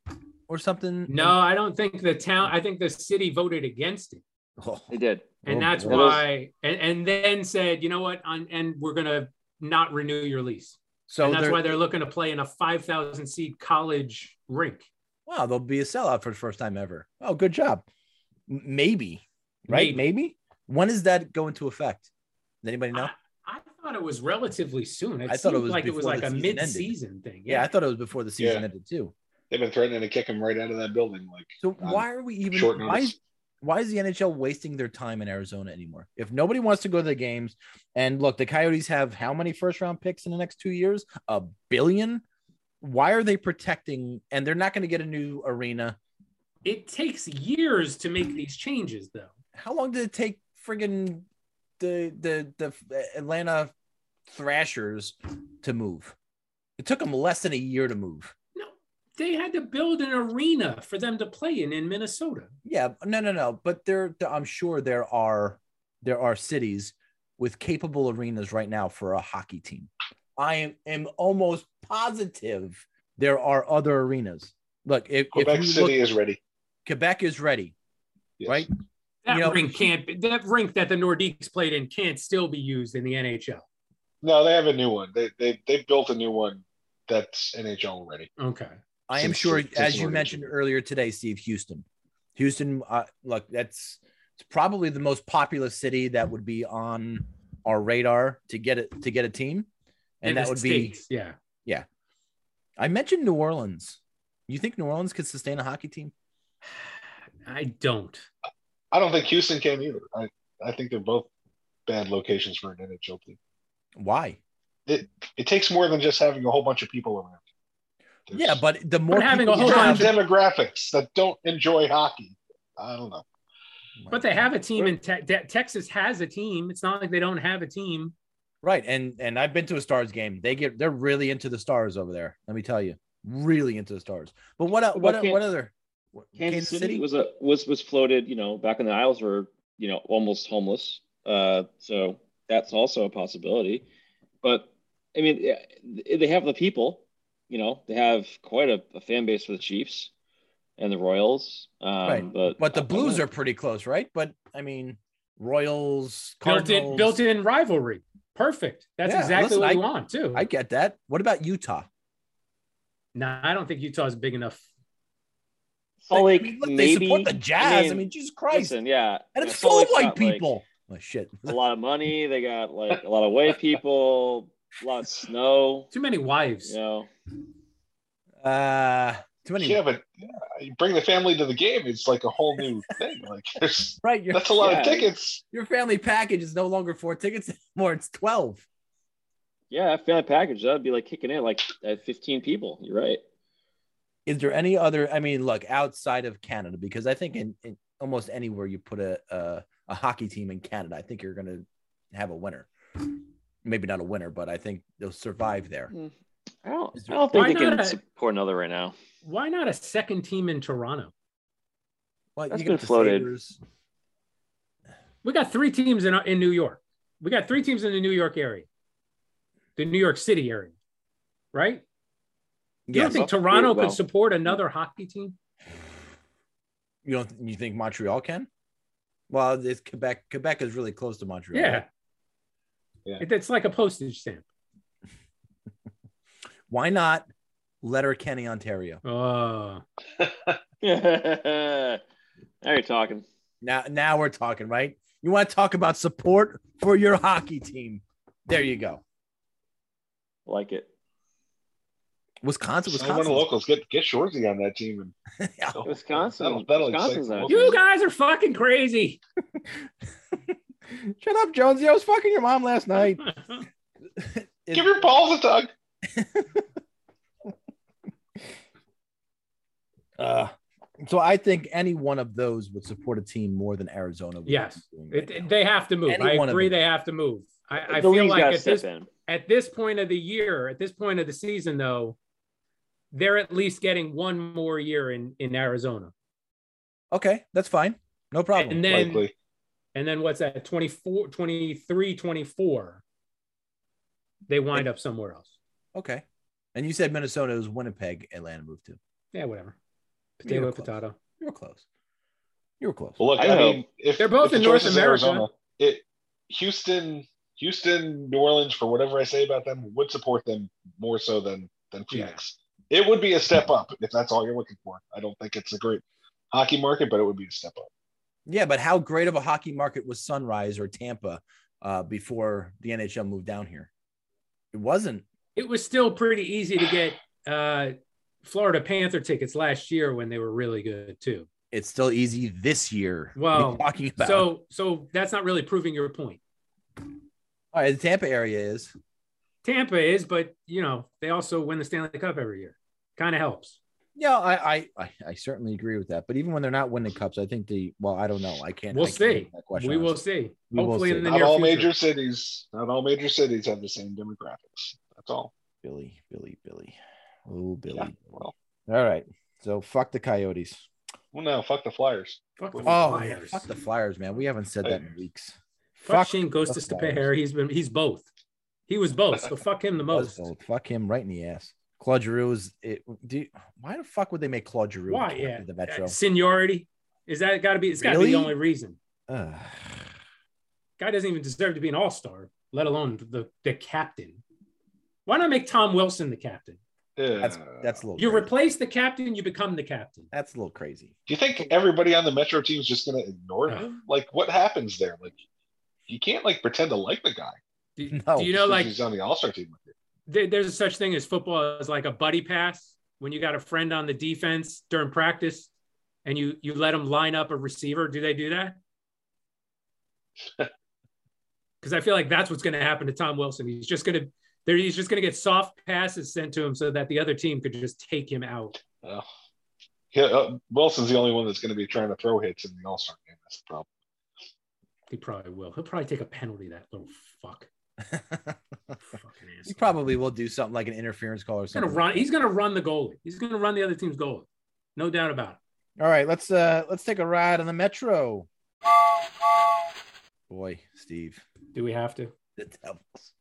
S6: or something?
S5: No, I don't think the town I think the city voted against it.
S6: Oh,
S7: They did.
S5: And
S6: oh,
S5: that's
S6: boy.
S5: why and, and then said, you know what, on, and we're gonna not renew your lease.
S6: So
S5: and that's
S6: they're-
S5: why they're looking to play in a five thousand seat college rink.
S6: wow, they'll be a sellout for the first time ever. Oh, good job. M- Maybe, right? Maybe. When does that go into effect? Does anybody know?
S5: I, I thought it was relatively soon. It
S6: I
S5: thought it was like it was
S6: before
S5: like
S6: the
S5: a
S6: season ended.
S5: mid-season thing.
S6: yeah. I thought it was before the season
S3: Yeah.
S6: ended too.
S3: They've been threatening to kick him right out of that building. Like
S6: So
S3: Um,
S6: why are we even?
S3: short
S6: Why
S3: notice.
S6: is, why is the NHL wasting their time in Arizona anymore? If nobody wants to go to the games, and look, the Coyotes have how many first round picks in the next two years? A billion. Why are they protecting? And they're not going to get a new arena.
S5: It takes years to make these changes, though.
S6: How long did it take friggin' the the the Atlanta Thrashers to move? It took them less than a year to move.
S5: No, they had to build an arena for them to play in in Minnesota.
S6: Yeah, no, no, no. But there, I'm sure there are there are cities with capable arenas right now for a hockey team. I am, am almost positive there are other arenas. Look, if,
S3: Quebec
S6: if you
S3: City
S6: look,
S3: is ready.
S6: Quebec is ready,
S3: Yes.
S6: right?
S5: That
S6: You know-
S5: rink can't. be- That rink that the Nordiques played in can't still be used in the NHL.
S3: No, they have a new one. They they they built a new one that's NHL ready.
S5: Okay.
S6: I am
S3: Since-
S6: sure,
S3: since
S6: as you
S3: Morgan
S6: mentioned
S3: Jr.
S6: earlier today, Steve Houston. Houston, uh, look, that's it's probably the most populous city that would be on our radar to get it to get a team, and
S5: In
S6: that
S5: the
S6: would
S5: States, yeah.
S6: be. I mentioned New Orleans. You think New Orleans could sustain a hockey team?
S5: I don't.
S3: I don't think Houston can either. I I think they're both bad locations for an NHL team.
S6: Why?
S3: It takes more than just having a whole bunch of people around. There's-
S6: Yeah, but the more
S5: having
S6: people
S5: a whole
S6: you have-
S5: bunch
S3: different
S5: on.
S3: demographics that don't enjoy hockey. I don't know.
S5: But they have a team in te- Te- Texas. Has a team. It's not like they don't have a team.
S6: Right. And and I've been to a stars game. They get they're really into the stars over there. Let me tell you. Really into the stars. But what
S7: What
S6: what
S7: about Kan-
S6: what other what-
S7: Kansas City, was a was was floated. You know, back in the Isles were you know almost homeless. Uh, so that's also a possibility. But I mean, yeah, they have the people. You know, they have quite a, a fan base for the Chiefs and the Royals. Um,
S6: Right.
S7: But
S6: but the
S7: I- I
S6: Blues
S7: don't-
S6: are pretty close, right? But I mean Royals,
S5: Built in,
S6: Cardinals.
S5: built in rivalry. Perfect. That's
S6: Yeah,
S5: exactly
S6: listen,
S5: what
S6: I-
S5: we want too.
S6: I get that. What about Utah?
S5: no, I don't think Utah's big enough.
S7: Salt Lake.
S6: I mean, look, they
S7: maybe,
S6: support the Jazz. I mean,
S7: I mean,
S6: Jesus Christ.
S7: listen, yeah,
S6: and
S7: yeah,
S6: it's
S7: Salt
S6: full of
S7: Lake's
S6: white
S7: got, like,
S6: people. Oh, shit.
S7: a lot of money. They got like a lot of white people, a lot of snow.
S5: Too many wives.
S7: You know,
S6: Uh too many
S3: Yeah, but yeah, you bring the family to the game, it's like a whole new thing. Like there's
S6: right. Your,
S3: that's a lot of
S7: Yeah.
S3: tickets.
S6: your family package is no longer four tickets anymore. It's twelve.
S7: yeah, family package that'd be like kicking in like at 15 people. You're right.
S6: is there any other i mean look outside of canada because i think in, in almost anywhere you put a, a a hockey team in canada i think you're going to have a winner maybe not a winner but i think they'll survive there
S7: I don't,
S6: Is
S7: I
S6: there-
S7: don't think
S5: Why
S7: they can
S5: not?
S7: support another right now.
S5: Why not a second team in Toronto?
S6: well
S7: That's
S6: you got
S7: been
S6: the
S7: floated.
S6: Sabres.
S5: We got three teams in in New York. We got three teams in the New York area, the New York City area, right? You
S6: yeah
S5: don't think
S7: so-
S5: Toronto
S7: Oh, well-
S5: could support another hockey team?
S6: you don't you think montreal can well it's quebec quebec is really close to montreal
S5: Yeah.
S3: Yeah.
S5: It- It's like a postage stamp.
S6: why not letter kenny ontario
S5: Oh,
S7: now you're talking.
S6: now now we're talking right you want to talk about support for your hockey team there you go
S7: Like it.
S6: wisconsin
S3: Sign one of
S6: wisconsin
S3: the locals. Get get Shorzy on that team, and Oh,
S7: Wisconsin.
S3: That'll- that'll
S7: Wisconsin's
S3: excite
S7: not.
S3: the
S5: you guys are fucking crazy.
S6: Shut up, Jonesy. I was fucking your mom last night. It-
S3: give your balls a tug.
S6: uh, so I think any one of those would support a team more than Arizona. Would
S5: Yes.
S6: be doing right
S5: It-
S6: now.
S5: it- they have to move.
S6: Any
S5: I
S6: one of
S5: agree.
S6: them.
S5: They have to move. I, I
S7: the
S5: feel
S7: league's got
S5: like
S7: to
S5: at
S7: step
S5: this
S7: in.
S5: at this point of the year, at this point of the season, though, they're at least getting one more year in in Arizona,
S6: okay, that's fine. No problem.
S5: and then
S3: Likely.
S5: and then what's that 24 23 24 they wind up somewhere else
S6: okay. And you said Minnesota was Winnipeg, Atlanta moved to.
S5: yeah whatever
S6: You
S5: potato
S6: were close.
S5: potato
S6: You were close. You were close.
S3: Well, look,
S7: I
S3: I,
S7: don't
S3: mean, if
S5: They're both
S3: if the
S5: in North
S3: choice is
S5: America.
S3: it Houston, Houston, New Orleans, for whatever I say about them, would support them more so than than Phoenix. It would be a step up if that's all you're looking for. I don't think it's a great hockey market, but it would be a step up.
S6: Yeah, but how great of a hockey market was Sunrise or Tampa uh, before the NHL moved down here? It wasn't.
S5: it was still pretty easy to get uh florida panther tickets last year when they were really good too
S6: It's still easy this year. What are you
S5: Well,
S6: talking about
S5: so so that's not really proving your point
S6: all right, the Tampa area is
S5: tampa is but you know they also win the stanley cup every year kind of helps
S6: Yeah, I, I I I certainly agree with that. But even when they're not winning cups, I think the well, I don't know. I can't.
S5: We'll
S6: I can't answer
S5: see.
S6: That question,
S5: We will
S6: honestly.
S5: see.
S6: We will
S5: Hopefully
S6: see.
S5: in the
S3: Not
S5: near
S3: all
S5: future.
S3: major cities, not all major cities have the same demographics. That's all.
S6: Billy, Billy, Billy. Oh, Billy.
S3: Yeah, well,
S6: All right. So fuck the Coyotes.
S3: well, no, fuck the Flyers.
S5: Fuck the
S6: Oh, yeah,
S5: Flyers.
S6: fuck the Flyers, man. We haven't said that in
S3: Flyers.
S6: weeks.
S5: Fuck Shane Ghost
S6: the
S5: to
S6: Flyers.
S5: Stepahare. He's been he's both. He was both. So fuck him the most.
S6: Buzzball. Fuck him right in the ass. Claude Giroux is. It, do, why the fuck would they make Claude Giroux
S5: Why?
S6: captain
S5: Yeah.
S6: of the Metro?
S5: Seniority. Is that gotta be it's gotta be the
S6: Really?
S5: only reason.
S6: Ugh.
S5: Guy doesn't even deserve to be an all-star, let alone the, the captain. Why not make Tom Wilson the captain?
S3: Yeah.
S6: That's that's a little.
S5: You
S6: crazy.
S5: replace the captain, you become the captain.
S6: That's a little crazy.
S3: Do you think everybody on the Metro team is just going to ignore
S5: Yeah.
S3: him? Like, what happens there? Like, you can't like pretend to like the guy.
S5: Do,
S6: No.
S5: do you
S3: just
S5: know
S3: 'cause
S5: like
S3: he's on the All Star team with you.
S5: there, there's a such thing as football as like a buddy pass when you got a friend on the defense during practice and you you let them line up a receiver do they do that because i feel like that's what's going to happen to tom wilson he's just going to there he's just going to get soft passes sent to him so that the other team could just take him out
S3: Well, yeah, uh, Wilson's the only one that's going to be trying to throw hits in the All Star game. That's the problem.
S5: he probably will he'll probably take a penalty that little fuck Fucking
S6: he
S5: asshole.
S6: probably will do something like an interference call or
S5: he's going
S6: something.
S5: to run he's going to run the goalie he's going to run the other team's goalie no doubt about it
S6: All right, let's uh let's take a ride on the Metro. Boy, Steve,
S5: do we have to
S6: the Devils.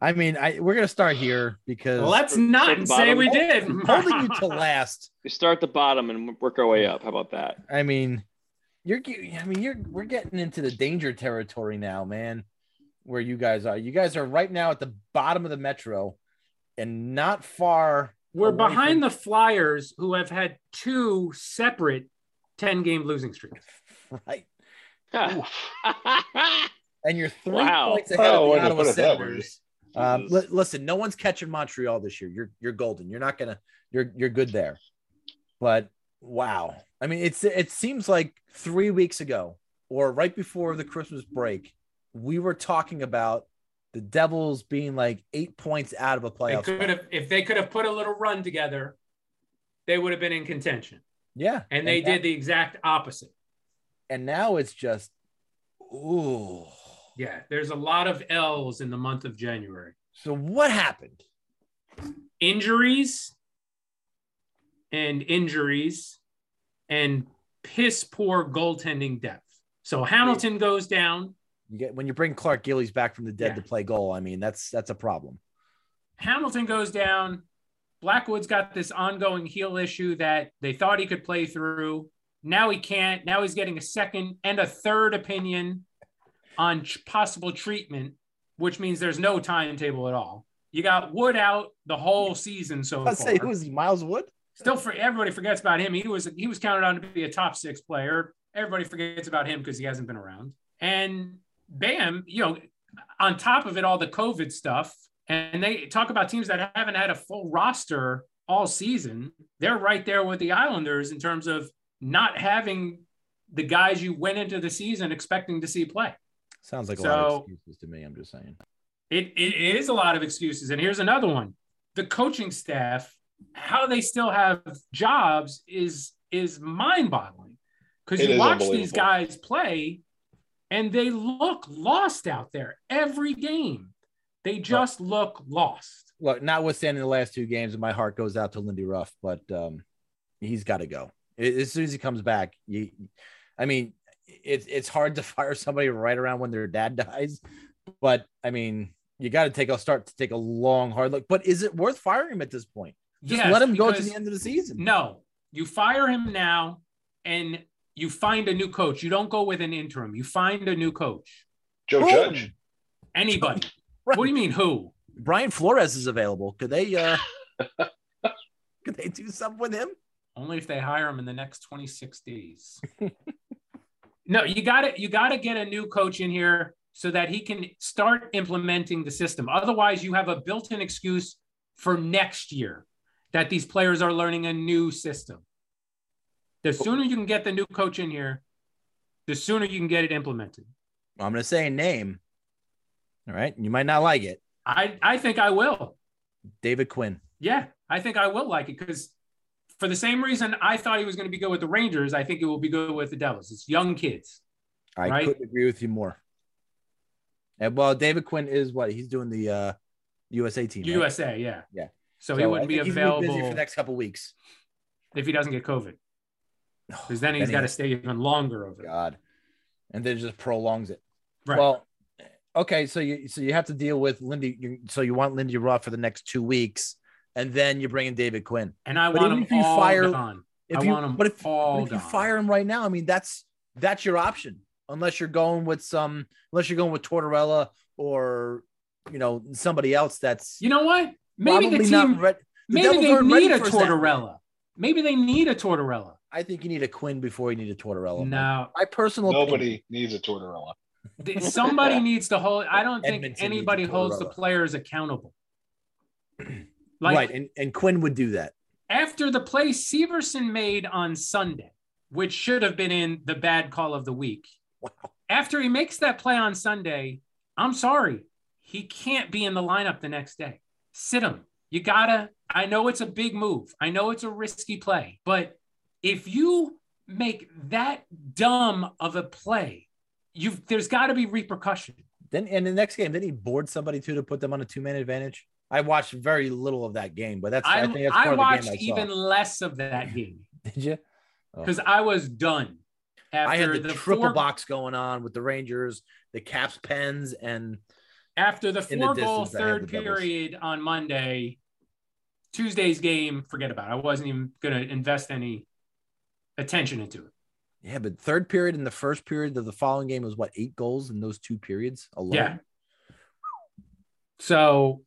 S6: I mean, I we're gonna start here because
S5: let's
S7: Sort of
S5: not
S7: bottom-
S5: say we did
S6: holding you to last
S7: We start at the bottom and work our way up. How about that?
S6: I mean, you're. ge- I mean, you're. We're getting into the danger territory now, man. Where you guys are. You guys are right now at the bottom of the metro, and not far.
S5: We're
S6: away
S5: behind
S6: from-
S5: the Flyers, who have had two separate 10 game losing streaks.
S6: right,
S3: Oof.
S6: and you're three
S7: Wow.
S6: points ahead
S3: Oh, I
S6: of the
S3: wouldn't
S6: Ottawa
S3: put it that way.
S6: Senators. Um,
S7: Jesus.
S6: li- listen, no one's catching Montreal this year. You're you're golden. You're not gonna. You're you're good there. But wow, I mean, it's it seems like three weeks ago or right before the Christmas break, we were talking about the Devils being like eight points out of a
S5: They
S6: playoff.
S5: could
S6: spot.
S5: have, if they could have put a little run together, they would have been in contention.
S6: Yeah,
S5: And they
S6: now-
S5: did the exact opposite.
S6: And now it's just, ooh.
S5: Yeah, there's a lot of L's in the month of January.
S6: So what happened?
S5: Injuries and injuries and piss poor goaltending depth. So Hamilton goes down.
S6: You get when you bring Clark Gillies back from the dead
S5: Yeah.
S6: to play goal. I mean, that's that's a problem.
S5: Hamilton goes down. Blackwood's got this ongoing heel issue that they thought he could play through. Now he can't. Now he's getting a second and a third opinion on ch- possible treatment, which means there's no timetable at all. You got Wood out the whole season so far.
S6: Let's say who was he? Miles Wood.
S5: Still, for everybody forgets about him. He was he was counted on to be a top six player. Everybody forgets about him because he hasn't been around. And Bam, you know, on top of it, all the COVID stuff, and they talk about teams that haven't had a full roster all season. They're right there with the Islanders in terms of not having the guys you went into the season expecting to see play.
S6: Sounds like a lot of
S5: So-
S6: excuses to me. I'm just saying.
S5: It, it, it is a lot of excuses. And here's another one the coaching staff, how they still have jobs is is mind boggling because
S3: It
S5: you
S3: is
S5: watch these
S3: unbelievable.
S5: guys play and they look lost out there every game. They just look lost.
S6: Look, notwithstanding the last two games, my heart goes out to Lindy Ruff, but um, he's got to go A- as soon as he comes back. You, I mean, it's it's hard to fire somebody right around when their dad dies, but I mean, you got to take a start to take a long hard look. But is it worth firing him at this point? Just
S5: Yes,
S6: let him go to
S5: because-
S6: the end of the season.
S5: No, you fire him now and you find a new coach. You don't go with an interim. You find a new coach.
S3: Joe
S6: Boom.
S3: Judge.
S5: Anybody.
S6: Right.
S5: What do you mean who?
S6: Brian Flores is available. Could they? uh Could they do something with him?
S5: Only if they hire him in the next 26 days. no, you got to you got to get a new coach in here so that he can start implementing the system. Otherwise, you have a built-in excuse for next year that these players are learning a new system. The sooner you can get the new coach in here, the sooner you can get it implemented.
S6: I'm going to say a name. All right, you might not like it.
S5: I I think I will.
S6: David Quinn.
S5: Yeah, I think I will like it because for the same reason I thought he was going to be good with the Rangers, I think it will be good with the Devils. It's young kids.
S6: I
S5: Right.
S6: couldn't agree with you more. And well, David Quinn is what he's doing the uh, USA team. right?
S5: USA, yeah.
S6: Yeah.
S5: So, he
S6: I
S5: wouldn't be
S6: think he's gonna
S5: available
S6: busy for the next couple weeks.
S5: if he doesn't get COVID. Because then
S6: Oh, Then
S5: he's
S6: he-
S5: got to stay even longer over. there.
S6: God, and then it just prolongs it.
S5: Right.
S6: Well, okay, so you so you have to deal with Lindy. You, so you want Lindy Ruff for the next two weeks, and then you bring in David Quinn.
S5: and I
S6: but
S5: want
S6: even
S5: him
S6: if you
S5: all
S6: fire-
S5: gone.
S6: If
S5: I
S6: you,
S5: want 'em
S6: but if,
S5: all
S6: but if you
S5: gone.
S6: fire him right now, I mean that's that's your option, unless you're going with some, unless you're going with Tortorella or you know somebody else that's
S5: You know what? Maybe the
S6: probably
S5: team.
S6: not. Re- the
S5: maybe
S6: Devils
S5: they
S6: aren't ready
S5: need a
S6: for Stamkos.
S5: Tortorella. Maybe they need a Tortorella.
S6: I think you need a Quinn before you need a Tortorella.
S5: No,
S6: My personal opinion.
S3: Nobody needs a Tortorella.
S5: th- somebody needs to hold. I don't think
S6: Edmonton needs a
S5: anybody holds the
S6: Tortorella.
S5: players accountable. Like
S6: right, and, and Quinn would do that.
S5: after the play Severson made on Sunday, which should have been in the bad call of the week.
S6: Wow.
S5: After he makes that play on Sunday, I'm sorry, he can't be in the lineup the next day. Sit him. You gotta. I know it's a big move. I know it's a risky play, but if you make that dumb of a play, you've there's got to be repercussion.
S6: Then in the next game, didn't he board somebody too to put them on a two man advantage? I watched very little of that game, but that's I,
S5: I,
S6: think that's part
S5: I
S6: of
S5: watched
S6: the game I saw.
S5: even less of that game
S6: Did you? Oh.
S5: because I was done. After
S6: I had the, triple
S5: four-
S6: box going on with the Rangers, the Caps, Pens, and
S5: after the
S6: In the
S5: four goal
S6: distance, I had
S5: third
S6: the Devils.
S5: period on Monday, Tuesday's game, forget about it. I wasn't even going to invest any attention into it.
S6: yeah, but third period and the first period of the following game was what eight goals in those two periods alone.
S5: Yeah. So,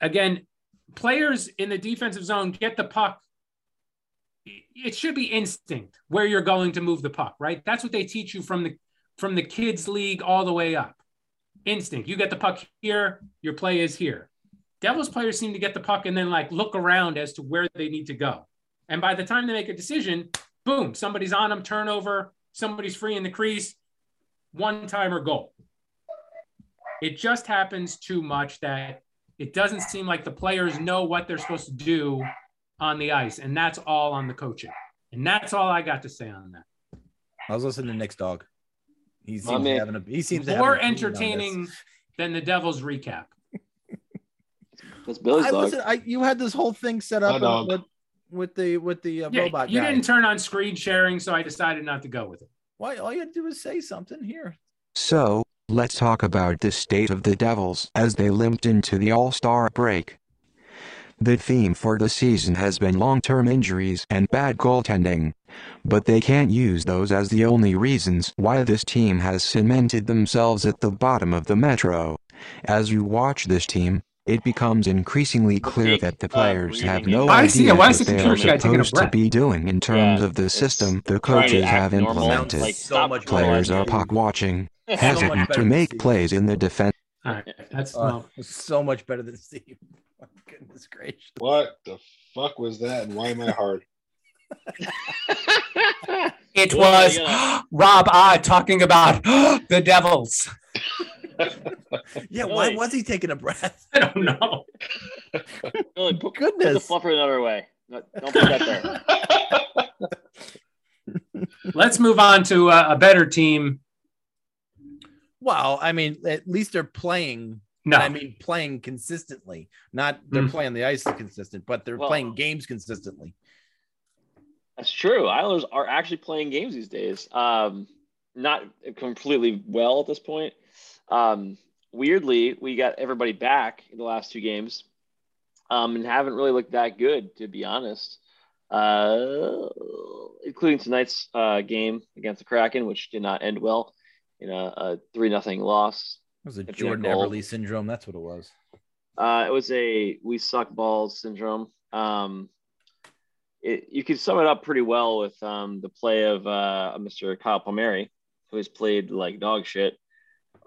S5: again, players in the defensive zone get the puck. It should be instinct where you're going to move the puck, right? That's what they teach you from the from the kids league all the way up. Instinct. You get the puck here, your play is here. Devils players seem to get the puck and then like look around as to where they need to go. And by the time they make a decision, boom, somebody's on them, turnover, somebody's free in the crease, one timer goal. It just happens too much that it doesn't seem like the players know what they're supposed to do on the ice. And that's all on the coaching. And that's all I got to say on that.
S6: I was listening to Nick's dog. He seems to
S7: man.
S6: having a, he seems to have
S5: More
S6: an opinion on this.
S5: entertaining than the Devil's recap.
S7: That's Billy's
S6: I
S7: dog.
S6: listen, I you had this whole thing set
S3: My
S6: up
S3: dog.
S6: with, with the with the uh,
S5: Yeah,
S6: robot
S5: you
S6: guy.
S5: didn't turn on screen sharing, so I decided not to go with it.
S6: Why all you had to do was say something here.
S9: So, let's talk about the state of the Devils as they limped into the All Star break. The theme for the season has been long term injuries and bad goaltending. But they can't use those as the only reasons why this team has cemented themselves at the bottom of the Metro. As you watch this team, it becomes increasingly clear
S7: Take,
S9: that the
S7: uh,
S9: players have
S7: breathing
S9: no
S7: in.
S5: I
S9: idea
S5: see it. Why
S9: what
S5: is the
S9: they are
S5: computer guy taking a
S9: supposed to
S5: breath?
S9: be doing in terms
S7: Yeah,
S9: of the
S7: it's
S9: system the
S7: trying to
S9: coaches
S7: act
S9: have
S7: normal.
S9: implemented.
S7: Like,
S6: So much
S9: Players
S6: better.
S9: are puck watching,
S6: much
S9: hesitant
S6: better
S9: to
S6: than
S9: make
S6: Steve.
S9: plays in the defense.
S5: All right. That's
S6: Uh,
S5: well,
S6: so much better than Steve. My Goodness gracious.
S3: What the fuck was that? And why am I hard?
S5: It
S7: Yeah,
S5: was
S7: yeah.
S5: Rob Odd talking about the Devils.
S6: Yeah, why
S7: Really?
S6: was he taking a breath?
S5: I don't know.
S7: Billy, put, put the
S6: Goodness.
S7: fluffer another way. No, Don't put that there.
S5: Let's move on to uh, a, a better team.
S6: Well, I mean, at least they're playing.
S5: No,
S6: I mean, playing consistently. Not they're
S5: Mm.
S6: playing the ice consistent, but they're
S7: Well-
S6: playing games consistently.
S7: That's true. Islanders are actually playing games these days. Um, not completely well at this point. Um, weirdly, we got everybody back in the last two games, um, and haven't really looked that good, to be honest. Uh, including tonight's uh, game against the Kraken, which did not end well in a, a three nothing loss.
S6: It was a
S7: If you
S6: Jordan
S7: recall-
S6: Everly syndrome. That's what it was.
S7: Uh, it was a we suck balls syndrome. Um, it, you could sum it up pretty well with um, the play of uh, Mr. Kyle Palmieri, who has played like dog shit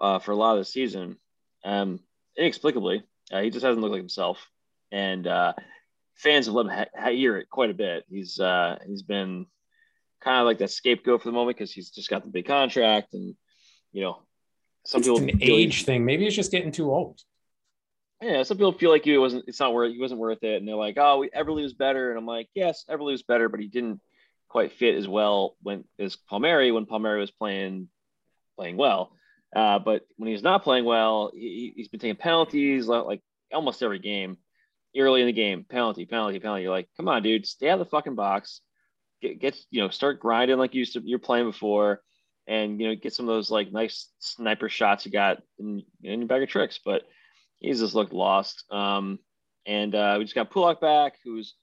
S7: uh, for a lot of the season. Um, inexplicably, uh, he just hasn't looked like himself, and uh, fans have let him ha- ha- hear it quite a bit. He's uh, he's been kind of like that scapegoat for the moment because he's just got the big contract, and you know, some
S5: it's
S7: people
S5: an
S7: feel he-
S5: age thing. Maybe he's just getting too old.
S7: yeah, some people feel like he wasn't. It's not worth. He wasn't worth it, and they're like, "Oh, we, Everly was better." And I'm like, "Yes, Everly was better, but he didn't quite fit as well when as Palmieri when Palmieri was playing playing well. Uh, but when he's not playing well, he, he's been taking penalties like, like almost every game, early in the game, penalty, penalty, penalty. You're like, come on, dude, stay out of the fucking box, get, get you know, start grinding like you used to, you're playing before, and you know, get some of those like nice sniper shots you got in, in your bag of tricks. But he's just looked lost. Um, and uh, we just got Pulak back, who's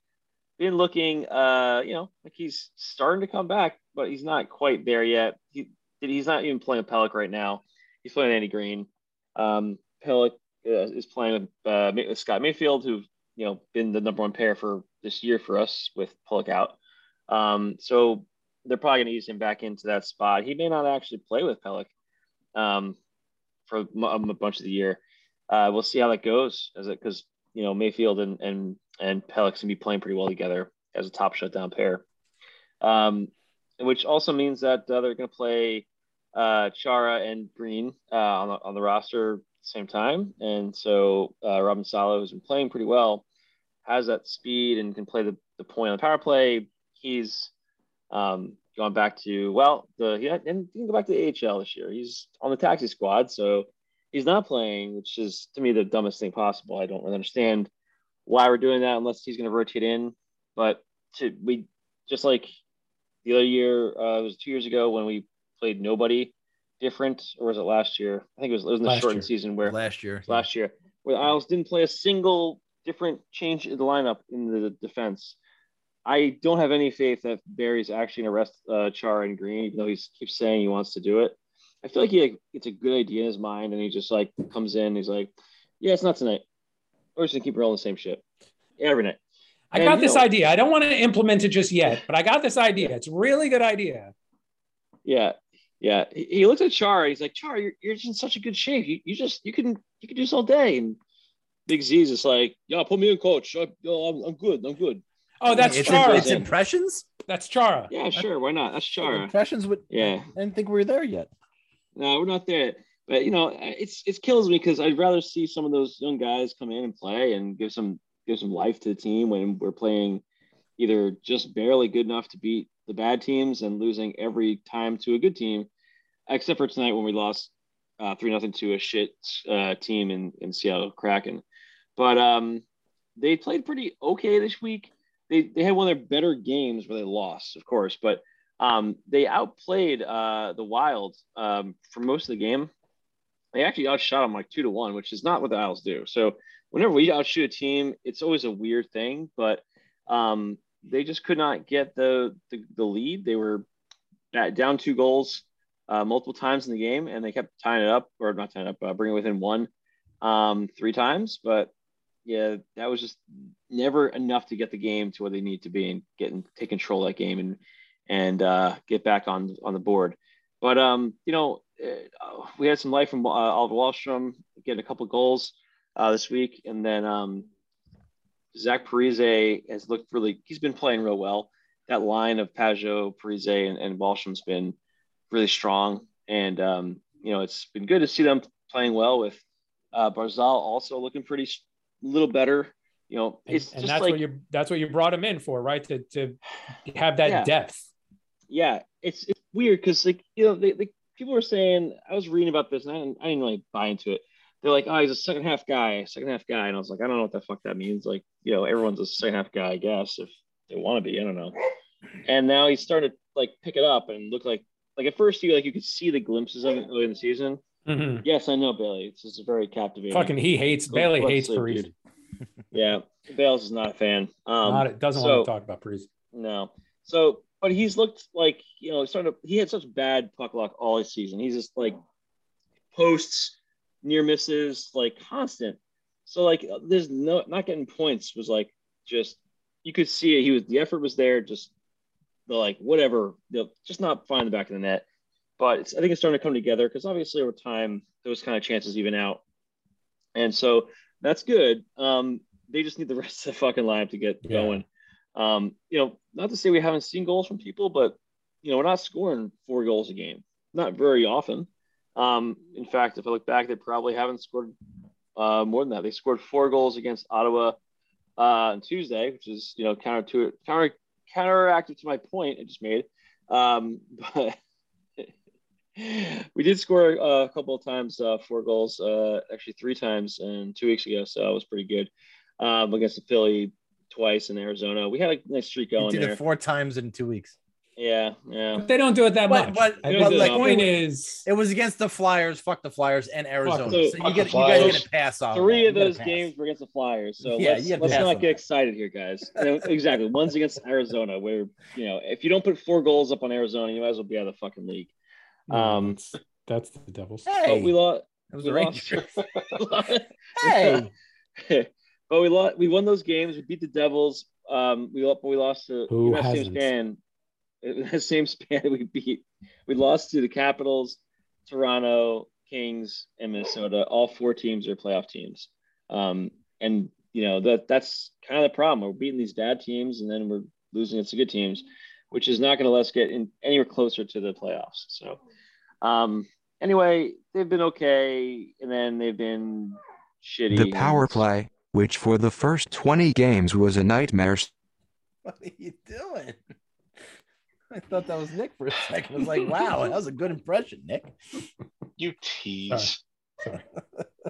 S7: been looking, uh, you know, like he's starting to come back, but he's not quite there yet. He, he's not even playing Pellick right now. He's playing Andy Green. Um, Pellick uh, is playing with, uh, with Scott Mayfield, who you know been the number one pair for this year for us with Pellick out. Um, so they're probably going to ease him back into that spot. He may not actually play with Pellick um, for a m- a bunch of the year. Uh, we'll see how that goes, as it because you know Mayfield and and and Pellick can be playing pretty well together as a top shutdown pair. Um, which also means that uh, they're going to play uh, Chara and Green uh, on, the, on the roster same time. And so uh, Robin Sala, who's been playing pretty well, has that speed and can play the, the point on the power play. He's um, gone back to, well, the he didn't, didn't go back to the AHL this year. He's on the taxi squad. So he's not playing, which is to me the dumbest thing possible. I don't really understand why we're doing that unless he's going to rotate in. But to, we just like the other year, uh, it was two years ago when we played nobody different, or was it last year? I think it was, it was in the
S6: Last
S7: shortened
S6: year.
S7: season where
S6: last year.
S7: last year where the Isles didn't play a single different change in the lineup in the defense. I don't have any faith that Barry's actually going to rest uh, Char and Green, even though he keeps saying he wants to do it. I feel like he like, it's a good idea in his mind, and he just like comes in. he's like, "Yeah, it's not tonight. We're just gonna keep rolling the same shit every night."
S5: I
S7: And,
S5: got
S7: you
S5: this
S7: know-
S5: idea. I don't want to implement it just yet, but I got this idea. It's a really good idea.
S7: Yeah, yeah. He, he looks at Char. He's like, Char, you're, you're just in such a good shape. You, you just you can you can do this all day. And Big Z's just like, yeah, put me in, coach. I, no, I'm, I'm good. I'm good.
S5: Oh, that's
S6: it's,
S5: Chara.
S6: it's impressions.
S5: that's Chara.
S7: Yeah, sure. Why not? That's Chara.
S6: Impressions with.
S7: Yeah.
S6: I didn't think we were there yet.
S7: No, we're not there. But you know, it's it kills me because I'd rather see some of those young guys come in and play and give some give some life to the team when we're playing either just barely good enough to beat the bad teams and losing every time to a good team, except for tonight when we lost uh, three nothing to a shit uh, team in, in Seattle Kraken. But um, they played pretty okay this week. They they had one of their better games where they lost, of course, but um, they outplayed uh, the Wild um, for most of the game. They actually outshot them like two to one, which is not what the Isles do. So whenever we outshoot a team, it's always a weird thing. But um, they just could not get the the, the lead. They were at- down two goals uh, multiple times in the game, and they kept tying it up or not tying it up, uh, bringing it within one um, three times. But yeah, that was just never enough to get the game to where they need to be and get and take control of that game and and uh, get back on on the board. But um, you know, uh, we had some life from uh, Oliver Wallstrom getting a couple goals uh, this week, and then um, Zach Parise has looked really. He's been playing real well. That line of Pajot, Parise, and, and Wallstrom's been really strong, and um, you know, it's been good to see them playing well with uh, Barzal also looking pretty s- little better. You know,
S5: And,
S7: it's
S5: and
S7: just
S5: that's
S7: like
S5: what you that's what you brought him in for, right? To to have that
S7: Yeah.
S5: depth.
S7: yeah, it's it's weird because like you know they, they people were saying I was reading about this and I didn't, I didn't really buy into it. They're like, oh, he's a second half guy, second half guy, and I was like, I don't know what the fuck that means. Like, you know, everyone's a second half guy, I guess, if they want to be. I don't know. And now he started like pick it up and look like like at first you like you could see the glimpses of it early in the season.
S5: Mhm.
S7: Yes, I know Bailey. It's just very captivating.
S5: Fucking he hates
S7: Go-
S5: Bailey
S7: go
S5: hates
S7: sleep,
S5: Parise.
S7: dude. yeah, Bales is not a fan. Um,
S5: Not- doesn't
S7: so-
S5: want to talk about Parise.
S7: no. So, but he's looked like you know, sort of. He had such bad puck luck all his season. He's just like posts, near misses, like constant. So like, there's no not getting points was like just you could see it. He was the effort was there, just the like whatever, the, just not find the back of the net. But it's, I think it's starting to come together because obviously over time those kind of chances even out, and so that's good. Um, they just need the rest of the fucking lineup to get
S5: Yeah.
S7: going. Um, you know, not to say we haven't seen goals from people, but you know we're not scoring four goals a game, not very often. Um, in fact, if I look back, they probably haven't scored uh, more than that. They scored four goals against Ottawa uh, on Tuesday, which is you know counter to counter counteractive to my point I just made. Um, but we did score uh, a couple of times, uh, four goals, uh, actually three times, and two weeks ago, so that was pretty good. Um, against the Philly twice in Arizona, we had a nice streak
S6: He
S7: going
S6: did
S7: there.
S6: it four times in two weeks.
S7: Yeah, yeah.
S10: But they don't do it that
S6: But-
S10: much.
S6: but-
S10: I
S7: but,
S10: think the
S7: like,
S10: point
S6: it
S10: is,
S6: It was against the Flyers. Fuck the Flyers and Arizona.
S7: the-
S3: fuck
S6: so
S3: the
S6: you, get, you guys
S3: Flyers.
S6: get a pass off.
S7: Three
S6: that.
S7: of
S6: You get a
S7: those
S6: pass.
S7: games were against the Flyers, so
S6: Yeah,
S7: let's,
S6: you gotta
S7: let's
S6: pass
S7: not
S6: on
S7: get
S6: that.
S7: excited here, guys. And exactly, one's against Arizona, where you know if you don't put four goals up on Arizona, you might as well be out of the fucking league. Um,
S10: um, that's, that's the Devils.
S6: Hey,
S7: But we lost.
S6: it was
S7: we
S6: the
S7: lost.
S6: Rangers. Hey,
S7: but we lost. We won those games. We beat the Devils. Um, we lost. We lost to
S10: Who
S7: in that same
S10: hasn't?
S7: span. In that same span, we beat. We lost to the Capitals, Toronto, Kings, and Minnesota. All four teams are playoff teams. Um, and you know that that's kind of the problem. We're beating these bad teams, and then we're losing against the good teams, which is not going to let us get in anywhere closer to the playoffs. So, um, anyway, they've been okay, and then they've been shitty.
S9: The power
S7: and-
S9: play, which for the first 20 games was a nightmare,
S6: what are you doing? I thought that was Nick for a second. I was like, wow, that was a good impression, Nick.
S3: You tease.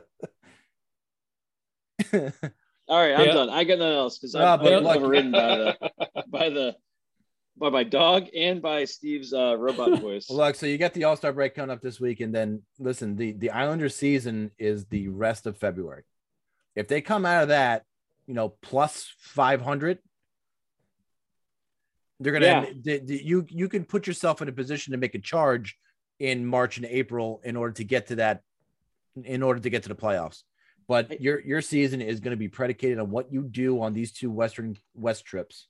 S7: All right, I'm
S10: Yeah.
S7: done. I got nothing else because
S6: Ah,
S7: I'm,
S6: but
S7: I'm
S6: look-
S7: overridden by the by the by my dog and by Steve's uh, robot voice.
S6: Well, Look, so you got the All Star break coming up this week, and then listen, the the Islanders season is the rest of February. If they come out of that, you know, plus five hundred, they're gonna.
S7: Yeah.
S6: the- the- you you can put yourself in a position to make a charge in March and April in order to get to that, in order to get to the playoffs.
S7: I-
S6: But your your season is going to be predicated on what you do on these two Western West trips.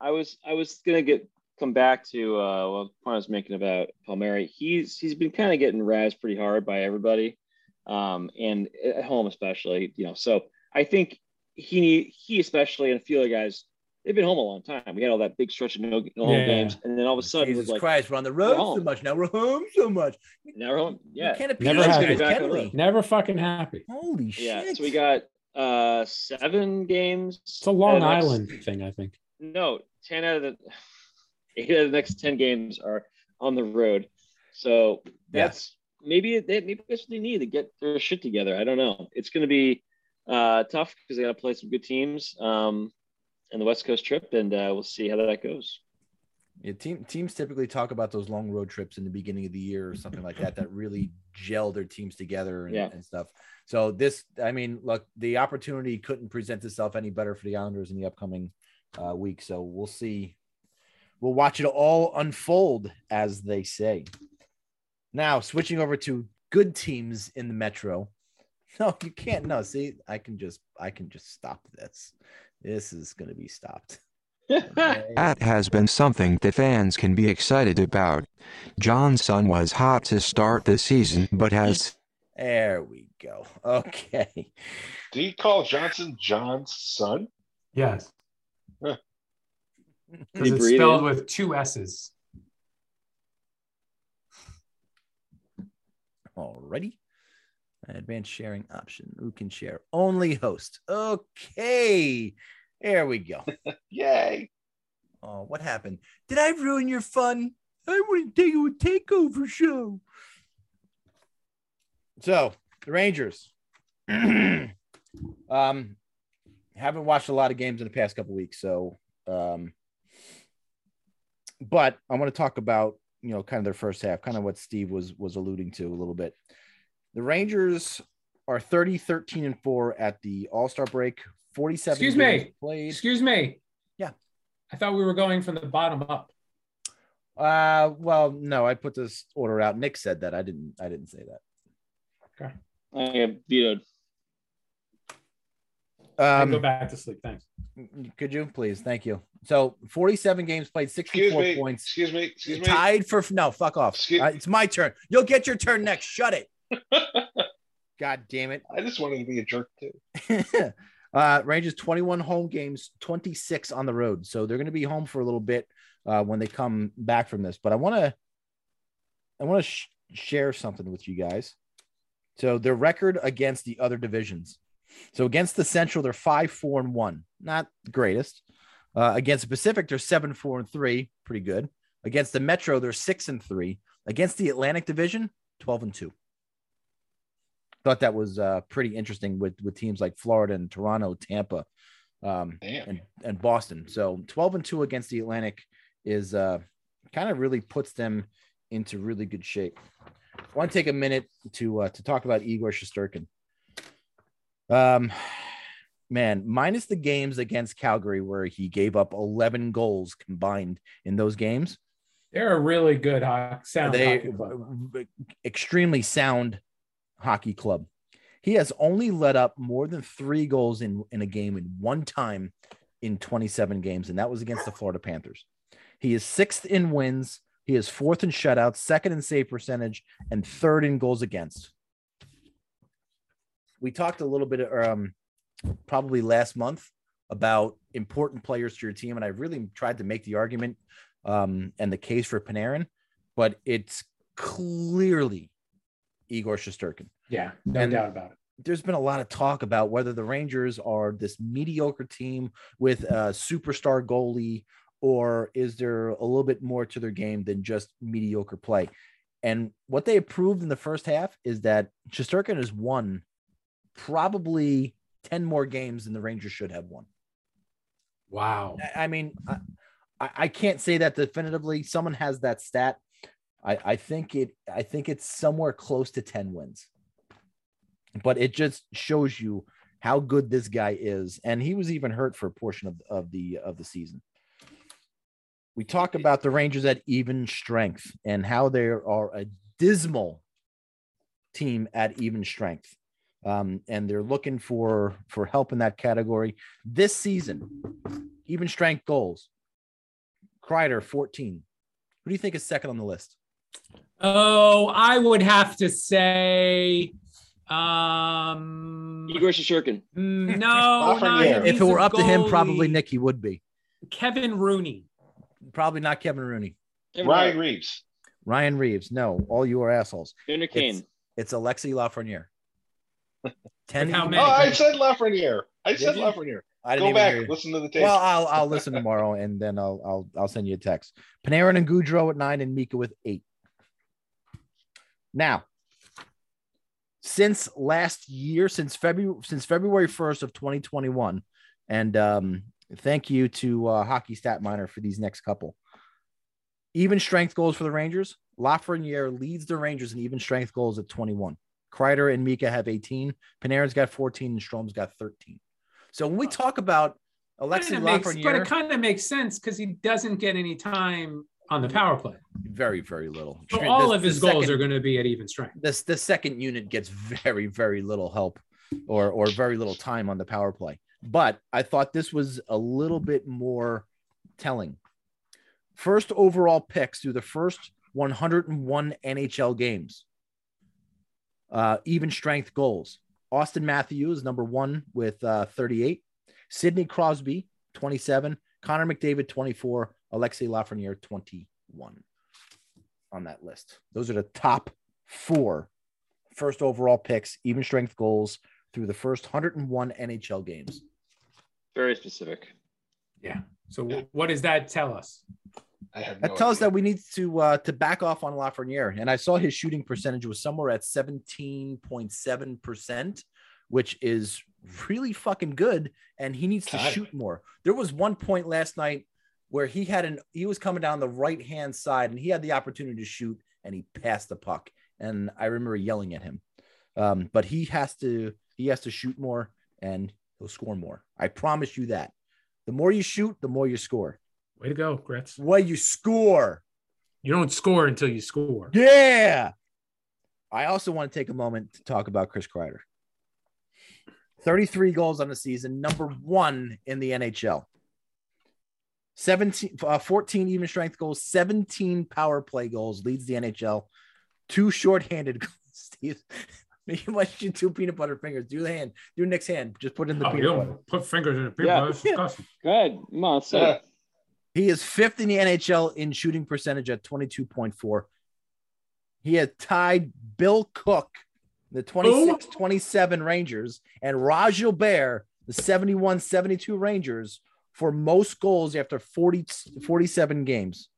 S7: I was I was gonna get come back to uh, well, the point I was making about Palmieri. He's he's been kind of getting razzed pretty hard by everybody, um, and at home especially. You know, so I think he need he especially and a few other guys. They've been home a long time. We had all that big stretch of no, no home
S10: Yeah.
S7: games, and then all of a sudden, it was
S6: Jesus
S7: like,
S6: Christ, we're on the road so
S7: home.
S6: much now. We're home so much.
S7: now we're home.
S6: We
S7: Yeah,
S6: can't appeal
S10: Never
S6: to
S10: had
S6: you guys,
S7: it.
S6: can we?
S10: Never fucking happy.
S6: Holy
S7: Yeah,
S6: shit.
S7: so we got uh seven games.
S10: It's a Long
S7: out of the next-
S10: Island thing, I think.
S7: no, ten out of the eight out of the next ten games are on the road. So that's maybe they maybe that's what they need to get their shit together. I don't know. It's gonna be uh tough because they gotta play some good teams um in the West Coast trip and uh, we'll see how that goes.
S6: Yeah, team teams typically talk about those long road trips in the beginning of the year or something like that that really gel their teams together and,
S7: Yeah.
S6: and stuff. So this, I mean, look, the opportunity couldn't present itself any better for the Islanders in the upcoming uh, week. So we'll see. We'll watch it all unfold, as they say. Now switching over to good teams in the Metro. No, you can't. No, see, I can just, I can just stop this. This is going to be stopped. Okay.
S9: That has been something that fans can be excited about. Johnson was hot to start the season, but has
S6: There we go. Okay.
S3: Do you call Johnson John's son?
S5: Yes.
S3: Huh.
S5: Because
S7: You
S5: it's
S7: breathe
S5: spelled
S7: in?
S5: with two S's.
S6: Alrighty. Advanced sharing option. Who can share? Only host. Okay. There we go.
S3: Yay!
S6: Oh, what happened? Did I ruin your fun? I wouldn't take you a takeover show. So the Rangers. um, haven't watched a lot of games in the past couple weeks, so um, but I want to talk about you know kind of their first half, kind of what Steve was was alluding to a little bit. The Rangers are 30, 13, and four at the All Star break. 47
S5: Excuse me.
S6: games played.
S5: Excuse me.
S6: Yeah.
S5: I thought we were going from the bottom up.
S6: Uh, well, no, I put this order out. Nick said that. I didn't. I didn't say
S7: I have vetoed.
S6: that.
S5: I
S6: Um,
S5: go back to sleep. Thanks.
S6: could you please? Thank you. So, forty-seven games played,
S3: Excuse
S6: sixty-four
S3: me.
S6: points,
S3: Excuse me. Excuse me.
S6: tied for no. Fuck off.
S3: Excuse-
S6: Uh, it's my turn. You'll get your turn next. Shut it. God damn it.
S3: I just wanted to be a jerk too.
S6: uh, Rangers 21 home games, 26 on the road. So they're going to be home for a little bit uh, when they come back from this. But I want to, I want to sh- share something with you guys. So their record against the other divisions. So against the Central, they're five, four, and one. Not the greatest. Uh, against the Pacific, they're seven, four, and three. Pretty good. Against the Metro, they're six and three. Against the Atlantic Division, twelve and two. Thought that was uh, pretty interesting with with teams like Florida and Toronto, Tampa, um,
S3: Damn.
S6: and, and Boston. So 12 and 2 against the Atlantic is uh, kind of really puts them into really good shape. I want to take a minute to uh, to talk about Igor Shosturkin. Um, man, minus the games against Calgary where he gave up 11 goals combined in those games,
S10: They're a really good hockey sound.
S6: they
S10: hockey club.
S6: extremely sound hockey club. He has only let up more than three goals in, in a game in one time in 27 games, and that was against the Florida Panthers. He is sixth in wins, he is fourth in shutouts, second in save percentage, and third in goals against. We talked a little bit um, probably last month about important players to your team, and I really tried to make the argument um, and the case for Panarin, but it's clearly Igor Shosturkin
S10: yeah, no
S6: and-
S10: doubt about it.
S6: there's been a lot of talk about whether the Rangers are this mediocre team with a superstar goalie, or is there a little bit more to their game than just mediocre play? And what they proved in the first half is that Shesterkin has won probably 10 more games than the Rangers should have won.
S10: Wow.
S6: I, I mean, I, I I can't say that definitively. Someone has that stat. I, I think it I think it's somewhere close to 10 wins. But it just shows you how good this guy is. And he was even hurt for a portion of, of the of the season. We talk about the Rangers at even strength and how they are a dismal team at even strength. Um, and they're looking for for help in that category this season. Even strength goals. Kreider 14. Who do you think is second on the list?
S5: Oh, I would have to say, um,
S7: Igor Shishirkin.
S5: mm, no, not
S3: Lafreniere.
S5: him.
S6: if
S5: He's
S6: it were
S5: a
S6: up to him, probably
S5: goalie.
S6: Nicky would be.
S5: Kevin Rooney.
S6: Probably not Kevin Rooney.
S3: Ryan Reeves.
S6: Ryan Reeves. No, all you are assholes.
S7: Evander Kane.
S6: It's Alexi Lafreniere. Ten.
S5: With how
S3: Oh,
S5: many?
S3: I said Lafreniere. I
S6: Did
S3: said
S6: you?
S3: Lafreniere.
S6: I didn't
S3: Go
S6: even
S3: back,
S6: hear you.
S3: listen to the tape.
S6: Well, I'll I'll listen tomorrow and then I'll I'll I'll send you a text. Panarin and Goudreau at nine and Mika with eight. Now, since last year, since February since February first of 2021, and um, thank you to uh, Hockey Stat Miner for these next couple. Even strength goals for the Rangers. Lafreniere leads the Rangers in even strength goals at 21. Kreider and Mika have 18. Panarin's got 14 and Strom's got 13. So when we talk about Alexi
S5: Kinda makes- but
S6: Lafreniere,
S5: it kind of makes sense because he doesn't get any time on the power play.
S6: very very little.
S5: So
S6: Extreme-
S5: all
S6: the-
S5: of his
S6: the
S5: goals
S6: second-
S5: are going to be at even strength.
S6: this the second unit gets very very little help or or very little time on the power play but i thought this was a little bit more telling first overall picks through the first 101 nhl games uh, even strength goals austin matthew is number one with uh, 38 sidney crosby 27 connor mcdavid 24 alexei lafreniere 21 on that list those are the top four first overall picks, even strength goals through the first 101 NHL games.
S7: Very specific.
S5: So wh- what does that tell us?
S3: I have
S6: That
S3: no
S6: tells us
S3: idea.
S6: that we need to uh, to back off on Lafreniere. And I saw his shooting percentage was somewhere at 17.7 percent, which is really fucking good. And he needs to
S3: God.
S6: shoot more. There was one point last night where he had an he was coming down the right hand side and he had the opportunity to shoot and he passed the puck. And I remember yelling at him. Um, but he has to he has to shoot more and he'll score more. I promise you that. The more you shoot, the more you score.
S5: Way to go, Gretz.
S6: The way you score.
S5: You don't score until you score.
S6: Yeah. I also want to take a moment to talk about Chris Kreider. 33 goals on the season, number one in the NHL. 17, uh, 14 even strength goals, 17 power play goals, leads the NHL. Two shorthanded goals. Steve, you must shoot two peanut butter fingers. Do the hand, do Nick's hand. Just put it in the
S5: Oh, you
S6: peanut
S5: don't
S6: butter.
S5: put fingers in a paper.
S7: Yeah.
S5: That's disgusting.
S7: Go ahead. Come on, say
S3: Yeah.
S7: it.
S6: He is fifth in the NHL in shooting percentage at 22.4. He had tied Bill Cook the 26 27 Rangers, and Raj Gilbert, the 71 72 Rangers, for most goals after 40, 47 games.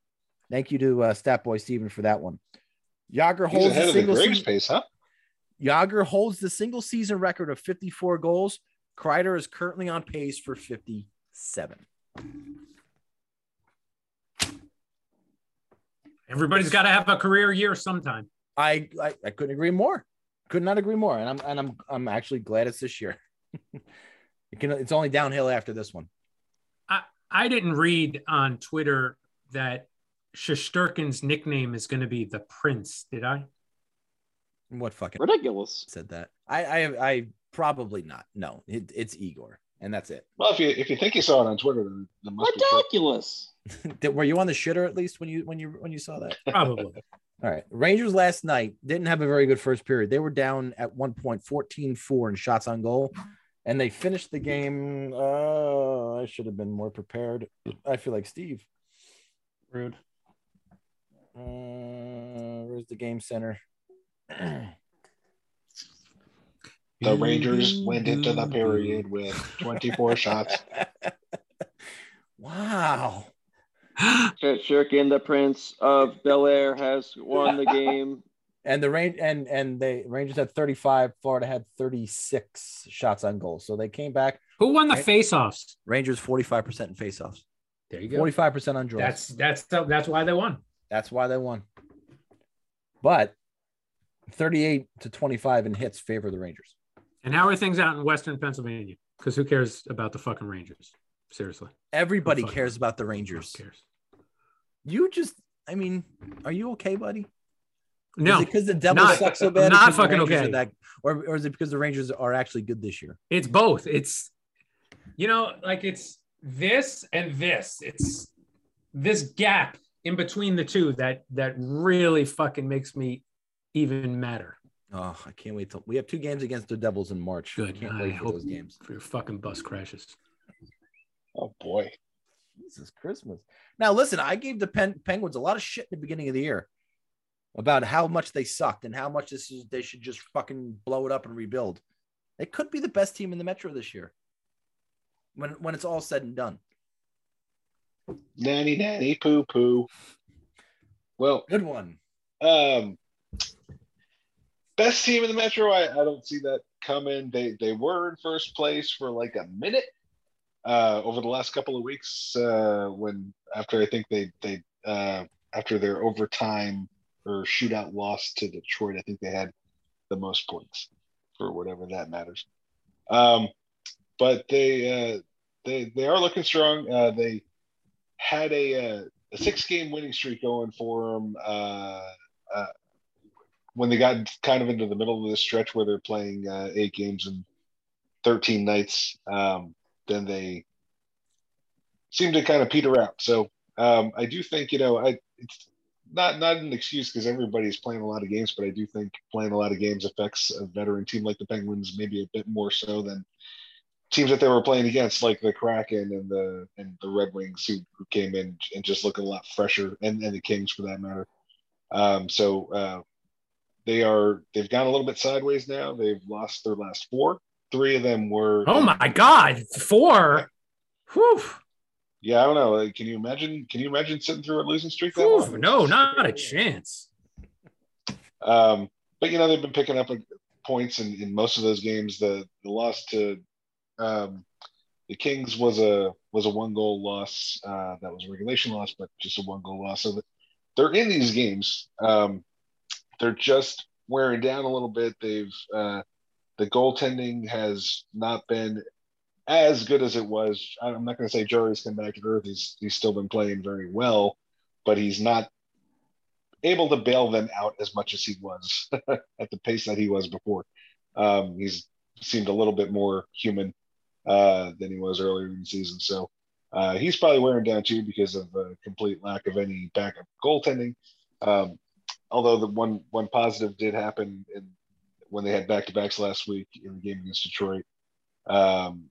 S6: Thank you to uh, Stat Boy Steven for that one. Yager
S3: He's
S6: holds
S3: ahead
S6: the
S3: of the
S6: single
S3: Greg's
S6: season.
S3: pace, huh?
S6: Yager holds the single season record of 54 goals. Kreider is currently on pace for 57.
S5: Everybody's got to have a career year sometime.
S6: I, I I couldn't agree more. Could not agree more. And I'm and I'm I'm actually glad it's this year. it can it's only downhill after this one.
S5: I didn't read on Twitter that Shosturkin's nickname is going to be the Prince. Did I?
S6: What fucking
S7: Ridiculous.
S6: said that? I I I probably not. No, it, it's Igor, and that's it.
S3: Well, if you if you think you saw it on Twitter, then it must be true.
S7: Ridiculous.
S6: Did, were you on the shitter at least when you when you when you saw that?
S5: Probably.
S6: All right. Rangers last night didn't have a very good first period. They were down at one point 14 4 in shots on goal, and they finished the game. Uh, I should have been more prepared. I feel like Steve. Rude. Uh, where's the game center?
S3: The Rangers went into the period with 24 shots.
S6: wow.
S7: Shirkin, the Prince of Bel Air, has won the game.
S6: And the range and and they Rangers had 35, Florida had 36 shots on goal. So they came back.
S5: Who won the
S6: Right.
S5: faceoffs?
S6: Rangers 45% in faceoffs,
S5: There you go.
S6: 45% on draws.
S5: That's that's that's why they won.
S6: That's why they won. But 38 to 25 in hits favor the Rangers.
S5: And how are things out in Western Pennsylvania? Because who cares about the fucking Rangers? Seriously,
S6: Everybody
S5: Oh, fuck.
S6: cares about the
S5: who
S6: Rangers.
S5: cares?
S6: You just, I mean, are you okay, buddy?
S5: No,
S6: because the Devils
S5: not-
S6: suck so bad. or
S5: not
S6: because the
S5: fucking
S6: Rangers
S5: okay.
S6: are That, or, or is it because the Rangers are actually good this year?
S5: it's both. It's you know, like it's this and this. It's this gap in between the two that that really fucking makes me even matter.
S6: Oh, I can't wait till we have two games against the Devils in March.
S5: Good.
S6: Can't
S5: I
S6: wait for
S5: hope-
S6: those games.
S5: For your fucking bus crashes.
S3: Oh boy.
S6: Jesus Christmas. Now, listen, I gave the Pen- Penguins a lot of shit in the beginning of the year about how much they sucked and how much this is they should just fucking blow it up and rebuild. They could be the best team in the Metro this year when when it's all said and done.
S3: Nanny nanny poo poo. Well,
S6: Good one.
S3: um best team in the metro, I, I don't see that coming. They they were in first place for like a minute uh over the last couple of weeks, uh when after I think they they uh after their overtime or shootout loss to Detroit, I think they had the most points for whatever that matters. Um but they uh they they are looking strong. Uh they had a uh, a six game winning streak going for them uh, uh, when they got kind of into the middle of this stretch where they're playing uh, eight games in 13 nights um, then they seem to kind of peter out so um, i do think you know i it's not not an excuse because everybody's playing a lot of games but i do think playing a lot of games affects a veteran team like the penguins maybe a bit more so than teams that they were playing against, like the Kraken and the and the Red Wings, who, who came in and just looked a lot fresher, and, and the Kings for that matter. Um, so uh, they are they've gone a little bit sideways now. They've lost their last four. Three of them were.
S5: Oh my God, four. Whew.
S3: Yeah, I don't know. Like, Can you imagine? Can you imagine sitting through a losing streak that
S5: Whew.
S3: long?
S5: No, not a chance.
S3: Um, but you know they've been picking up uh, points in, in most of those games. The the loss to um, the Kings was a was a one goal loss. Uh, that was a regulation loss, but just a one goal loss. So th- they're in these games. Um, they're just wearing down a little bit. They've uh, the goaltending has not been as good as it was. I- I'm not going to say Jury's come back to earth. He's he's still been playing very well, but he's not able to bail them out as much as he was at the pace that he was before. Um, he's seemed a little bit more human uh, than he was earlier in the season. So uh, he's probably wearing down too because of a complete lack of any backup goaltending. Um, although the one one positive did happen in, when they had back to backs last week in the game against Detroit. Um,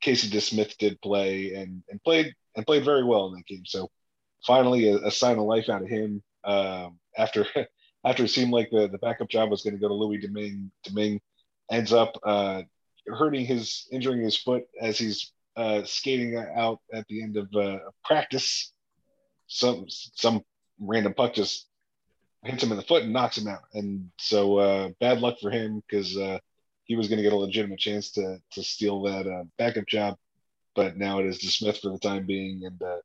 S3: Casey DeSmith did play and, and played and played very well in that game. So finally a, a sign of life out of him um, after after it seemed like the, the backup job was going to go to Louis Domingue, Domingue ends up uh, hurting his, injuring his foot as he's uh, skating out at the end of uh, practice. Some some random puck just hits him in the foot and knocks him out. And so uh, bad luck for him because uh, he was going to get a legitimate chance to to steal that uh, backup job, but now it is to Smith for the time being. And uh,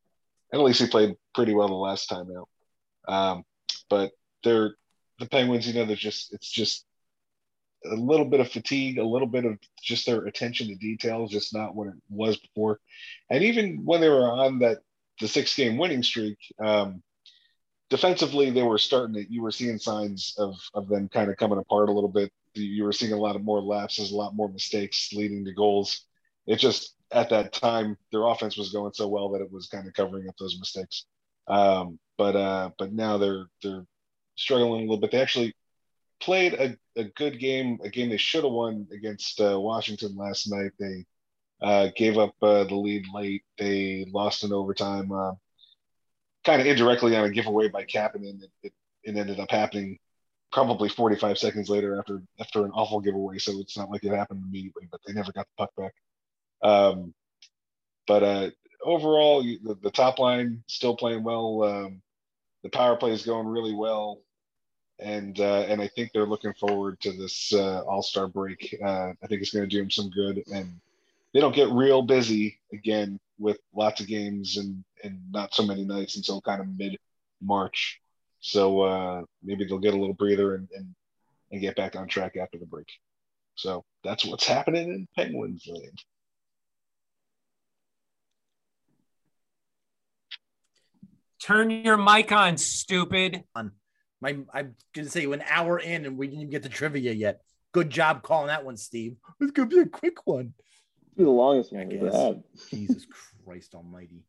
S3: at least he played pretty well the last time out. Um, but they're the Penguins. You know, they're just it's just a little bit of fatigue, a little bit of just their attention to details, just not what it was before. And even when they were on that the six game winning streak, um, defensively they were starting to you were seeing signs of of them kind of coming apart a little bit. You were seeing a lot of more lapses, a lot more mistakes leading to goals. It just at that time their offense was going so well that it was kind of covering up those mistakes. Um, but uh, but now they're they're struggling a little bit. They actually played a, a good game, a game they should have won against uh, Washington last night. They uh, gave up uh, the lead late. They lost in overtime, uh, kind of indirectly on a giveaway by Kapanen. It, it, it ended up happening probably 45 seconds later after after an awful giveaway. So it's not like it happened immediately, but they never got the puck back. Um, but uh, overall, you- the, the top line still playing well. Um, the power play is going really well and uh, and I think they're looking forward to this uh, All Star break. Uh, I think it's going to do them some good, and they don't get real busy again with lots of games and and not so many nights until kind of mid March. So uh, maybe they'll get a little breather and, and and get back on track after the break. So that's what's happening in Penguins land.
S5: Turn your mic on, stupid.
S6: My, I'm gonna say an hour in, and we didn't even get to trivia yet. Good job calling that one, Steve. It's gonna be a quick one.
S7: Be the longest
S6: I
S7: one we've
S6: guess.
S7: had.
S6: Jesus Christ Almighty!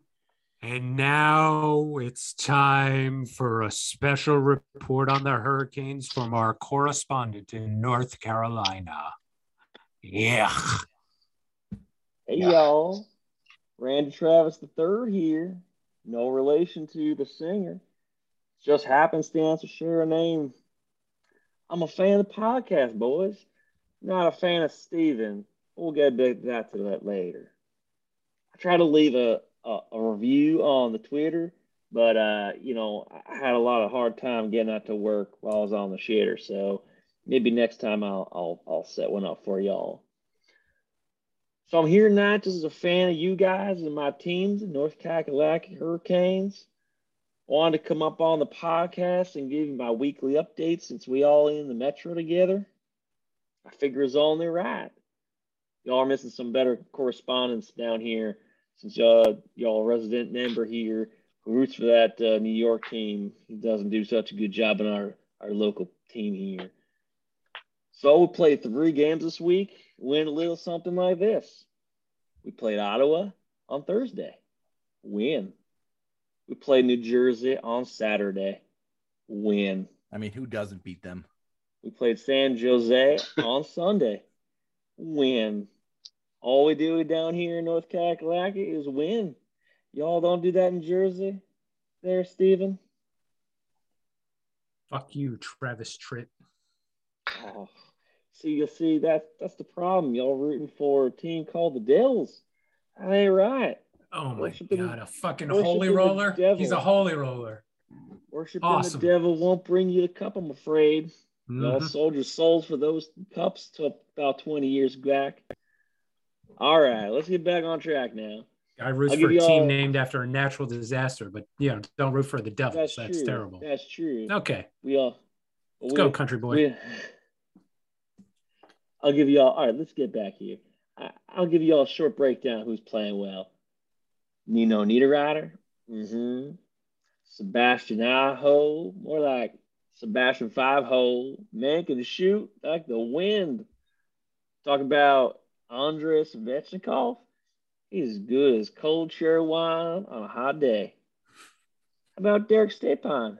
S5: And now it's time for a special report on the hurricanes from our correspondent in North Carolina. Yeah.
S7: Hey
S3: Yeah.
S7: y'all, Randy Travis III here. No relation to the singer. Just happenstance to share a name. I'm a fan of the podcast, boys. Not a fan of Steven. We'll get back to that, to that later. I try to leave a, a, a review on the Twitter, but uh, you know, I had a lot of hard time getting out to work while I was on the shitter. So maybe next time I'll I'll, I'll set one up for y'all. So I'm here tonight just as a fan of you guys and my teams, the North Carolina Hurricanes. Wanted to come up on the podcast and give you my weekly updates since we all in the metro together. I figure it's only right. Y'all are missing some better correspondence down here since uh, y'all a resident member here who roots for that uh, New York team. He doesn't do such a good job in our, our local team here. So we played three games this week, win a little something like this. We played Ottawa on Thursday, win. We played New Jersey on Saturday, win.
S6: I mean, who doesn't beat them?
S7: We played San Jose on Sunday, win. All we do down here in North Carolina is win. Y'all don't do that in Jersey, there, Steven?
S5: Fuck you, Travis Tritt.
S7: Oh, see, you see, that's that's the problem. Y'all rooting for a team called the Devils. That ain't right.
S5: Oh my
S7: Worshiping-
S5: God, a fucking
S7: worshiping
S5: holy
S7: the
S5: roller.
S7: devil.
S5: He's a holy roller.
S7: Worshiping
S5: Awesome.
S7: the devil won't bring you the cup, I'm afraid. Y'all
S5: Mhm.
S7: sold your souls for those cups to about 20 years back. All right, let's get back on track now.
S5: I root
S7: I'll
S5: for
S7: give
S5: a
S7: you
S5: team
S7: all-
S5: named after a natural disaster, but you know, don't root for the Devils.
S7: That's,
S5: That's,
S7: true.
S5: terrible.
S7: That's true.
S5: Okay,
S7: We all.
S5: let's
S7: we-
S5: go, country boy.
S7: we- I'll give y'all. All right, let's get back here. I, I'll give y'all a short breakdown. Who's playing well? Nino Niederreiter. Mm-hmm. Sebastian Aho, more like Sebastian Five Hole. Man can shoot like the wind. Talk about Andres Svechnikov. He's as good as cold cherry wine on a hot day. How about Derek Stepan?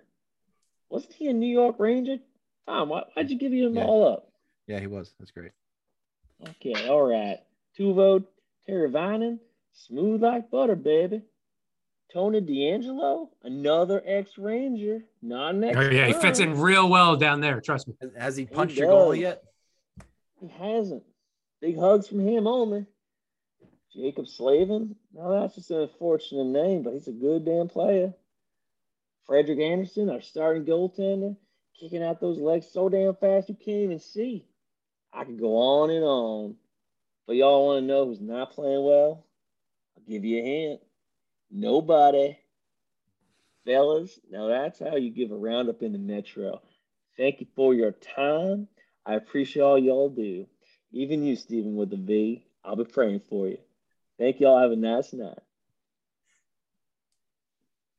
S7: Wasn't he a New York Ranger? Tom, why, why'd you give him
S6: Yeah.
S7: all up?
S6: Yeah, he was. That's great.
S7: Okay, all right. Tuvo Teravainen, smooth like butter, baby. Tony D'Angelo, another ex Ranger, not an ex.
S5: Oh, yeah, he fits in real well down there. Trust me.
S6: Has- Has he punched your
S7: does.
S6: goalie yet?
S7: He hasn't. Big hugs from him only. Jacob Slavin. Now that's just an unfortunate name, but he's a good damn player. Frederick Anderson, our starting goaltender, kicking out those legs so damn fast you can't even see. I could go on and on. But y'all want to know who's not playing well? I'll give you a hint. Nobody. Fellas, now that's how you give a roundup in the net trail. Thank you for your time. I appreciate all y'all do. Even you, Stephen, with the V. I'll be praying for you. Thank y'all. Have a nice night.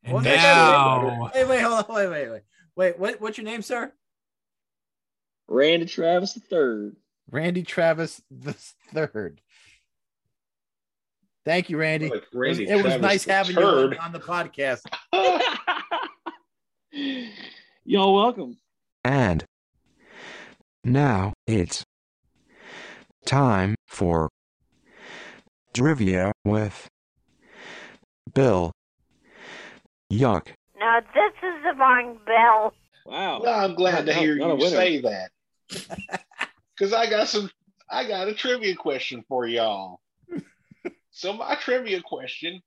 S5: And
S6: Well, that's
S5: now,
S6: Hey, wait, hold on, wait, wait, wait, wait. What, what's your name, sir?
S7: Randy Travis III.
S6: Randy Travis the third. Thank you, Randy.
S3: Like
S6: It was-
S3: Randy
S6: it was,
S3: Travis
S6: nice
S3: the
S6: having
S3: third.
S6: you on the podcast.
S7: Y'all welcome.
S9: And now it's time for trivia with Bill. Yuck.
S1: Now this is the wrong bell.
S7: Wow.
S3: Well, I'm glad to
S7: Not-
S3: hear
S7: not- not a
S3: you
S7: winner.
S3: say that. Because I got some, I got a trivia question for y'all. so my trivia question: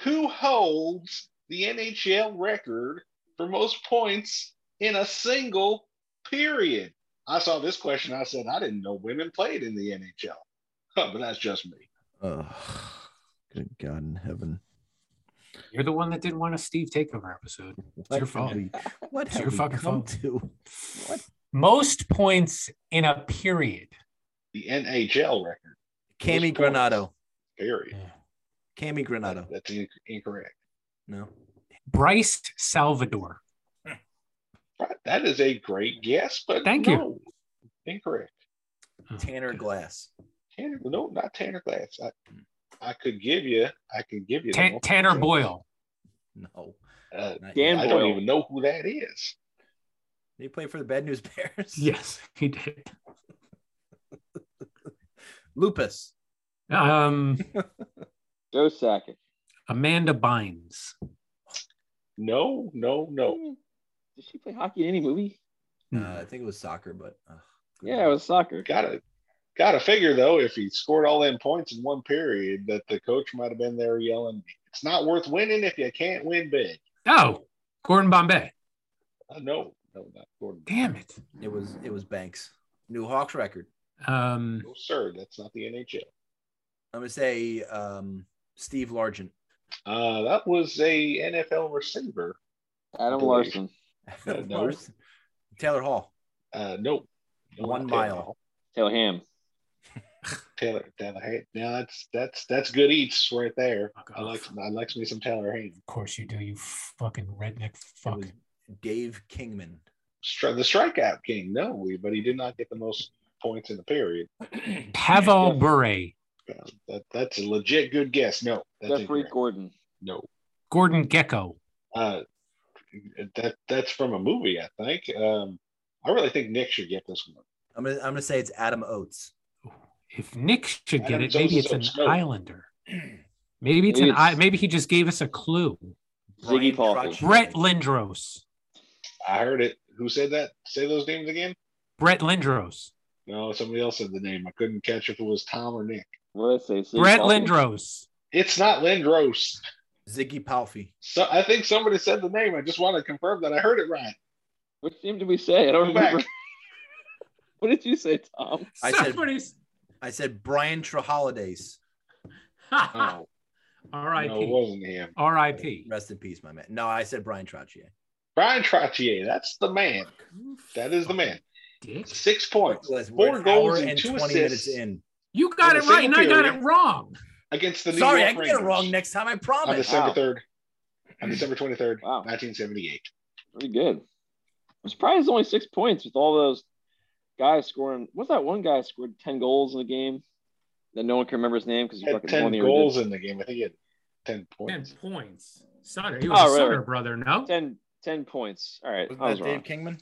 S3: Who holds the NHL record for most points in a single period? I saw this question. I said I didn't know women played in the NHL, Huh, but that's just me.
S6: Oh, good God in heaven.
S5: you're the one that didn't want a Steve takeover episode.
S6: It's
S5: your fault.
S6: what
S5: It's
S6: have
S5: your
S6: we
S5: fucking
S6: come
S5: fault.
S6: to?
S5: Most points in a period.
S3: The NHL record. Those
S6: Cami
S3: points.
S6: Granado.
S3: Period.
S6: Cami Granado.
S3: That's in- incorrect.
S6: No.
S5: Bryce Salvador.
S3: That is a great guess, but
S5: Thank you.
S3: no, Incorrect.
S6: Tanner Glass.
S3: Tanner, no, not Tanner Glass. I, I could give you, I could give you the
S5: Tan-
S3: multiple
S5: Tanner
S3: choice.
S5: Boyle.
S6: No.
S3: Uh,
S6: Not
S7: Dan
S6: yet.
S3: I
S7: Boyle.
S3: don't even know who that is.
S6: Did he play for the Bad News Bears?
S5: Yes, he did.
S6: Lupus.
S5: Um,
S7: Joe Sackett.
S5: Amanda Bynes.
S3: No, no, no.
S7: Did she play hockey in any movie?
S6: Uh, I think it was soccer, but uh, good
S7: Yeah,
S6: lord.
S7: it was soccer.
S3: Gotta, gotta figure though. If he scored all them points in one period, that the coach might have been there yelling, "It's not worth winning if you can't win big."
S5: Oh, Gordon Bombay.
S3: Uh, no, no, not Gordon.
S5: Damn it.
S6: it was it was Banks. New Hawks record.
S5: Um,
S3: No, sir, that's not the NHL.
S6: I'm gonna say um, Steve Largent.
S3: Uh, that was a NFL receiver.
S7: Adam
S3: Boy.
S7: Larson.
S3: No.
S6: Larson. Taylor Hall.
S3: Uh, no, no
S6: One
S3: not Taylor
S6: mile.
S3: Hall.
S7: Taylor Ham.
S3: Taylor, Taylor Haynes. Now that's that's that's good eats right there.
S5: Fuck
S3: I like
S5: off.
S3: I like me some Taylor Haynes.
S5: of course you do, you fucking redneck
S6: It
S5: fuck.
S6: was Dave Kingman.
S3: Stri- the strikeout king, no, but he did not get the most points in the period.
S5: Pavel Bure.
S3: Uh, That, that's a legit good guess. No, that's
S7: Jeffrey
S3: incorrect.
S7: Gordon.
S3: no.
S5: Gordon Gecko.
S3: Uh, that that's from a movie, I think. Um, I really think Nick should get this one.
S6: I'm gonna I'm gonna say it's Adam Oates.
S5: If Nick should get
S3: Adam
S5: it, maybe
S3: Jones
S5: it's an
S3: is upset.
S5: Islander. Maybe it's
S7: Maybe
S5: an
S7: it's-
S5: I. Maybe he just gave us a clue.
S7: Ziggy
S6: Brian
S7: Palfy.
S6: Crutchfield.
S5: Brett Lindros.
S3: I heard it. Who said that? Say those names again.
S5: Brett Lindros.
S3: No, somebody else said the name. I couldn't catch if it was Tom or Nick.
S7: What did I say? Ziggy
S5: Brett
S7: Palfy?
S5: Lindros.
S3: It's not Lindros.
S6: Ziggy Palfy.
S3: So I think somebody said the name. I just want to confirm that I heard it right.
S7: Which team did we say? I don't
S3: Go back.
S7: remember. what did you say, Tom?
S6: I said-
S5: Somebody's.
S6: I said Brian Treholidays.
S7: "Oh,
S3: No, no, it
S5: R.I.P.
S3: wasn't him.
S5: R.I.P.
S6: Rest in peace, my man. No, I said Brian Trottier.
S3: Brian Trottier. That's the man. That is the man.
S5: Dick.
S3: Six points,
S6: We're
S3: four
S6: an
S3: goals,
S6: hour
S3: and two assists
S6: in.
S5: You got
S3: In
S5: it
S3: the
S5: right,
S3: same
S5: and I got
S3: period.
S5: it wrong.
S3: against the New
S6: Sorry,
S3: York
S6: I can get it
S3: Rangers
S6: wrong next time. I
S3: on
S6: promise.
S3: December
S7: Wow.
S3: third. On December twenty third,
S7: Wow.
S3: nineteen seventy eight.
S7: Pretty good. I'm surprised it's only six points with all those guys scoring. What's that one guy scored 10 goals in the game that no one can remember his name because he
S3: Had
S7: fucking won
S3: ten
S7: the
S3: goals in the game. I think he had ten
S5: Ten
S3: points.
S5: points. Sutter. He
S7: Oh,
S5: was a
S7: right,
S5: Sutter
S7: right.
S5: brother. No.
S7: 10, 10 points. All right.
S6: Wasn't
S7: I was
S6: that Dave
S7: wrong.
S6: Kingman?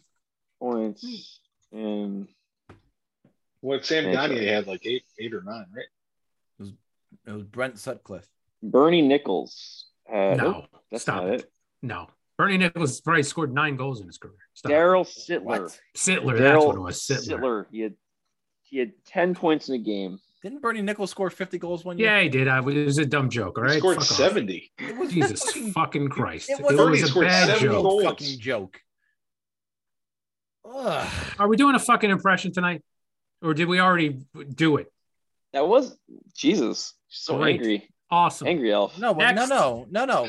S7: Points. And
S3: What Sam
S7: Thank you.
S3: Gagne had like eight, eight or nine, right?
S6: It was Brent Sutcliffe.
S7: Bernie Nichols. Uh,
S5: No,
S7: nope, that's
S5: stop
S7: not
S5: it. No, Bernie Nichols probably scored nine goals in his career. Stop.
S7: Daryl Sittler.
S5: Sittler, that's
S7: Daryl
S5: what it was. Sittler.
S7: He had he had ten points in a game.
S6: Didn't Bernie Nichols score 50 goals one year?
S5: Yeah, he did. I, it was a dumb joke. All
S3: He
S5: right,
S3: scored
S5: Fuck off.
S3: seventy.
S6: It was
S5: Jesus
S6: fucking-
S5: fucking Christ! It
S6: It
S5: was,
S6: was,
S3: Bernie
S5: a
S3: scored
S5: bad
S3: 70
S5: joke.
S3: goals.
S6: fucking joke. Ugh.
S5: Are we doing a fucking impression tonight, or did we already do it?
S7: That was Jesus. So
S5: Great.
S7: angry,
S5: Awesome.
S7: angry elf.
S6: No, well, no,
S5: Next.
S6: no, no, no.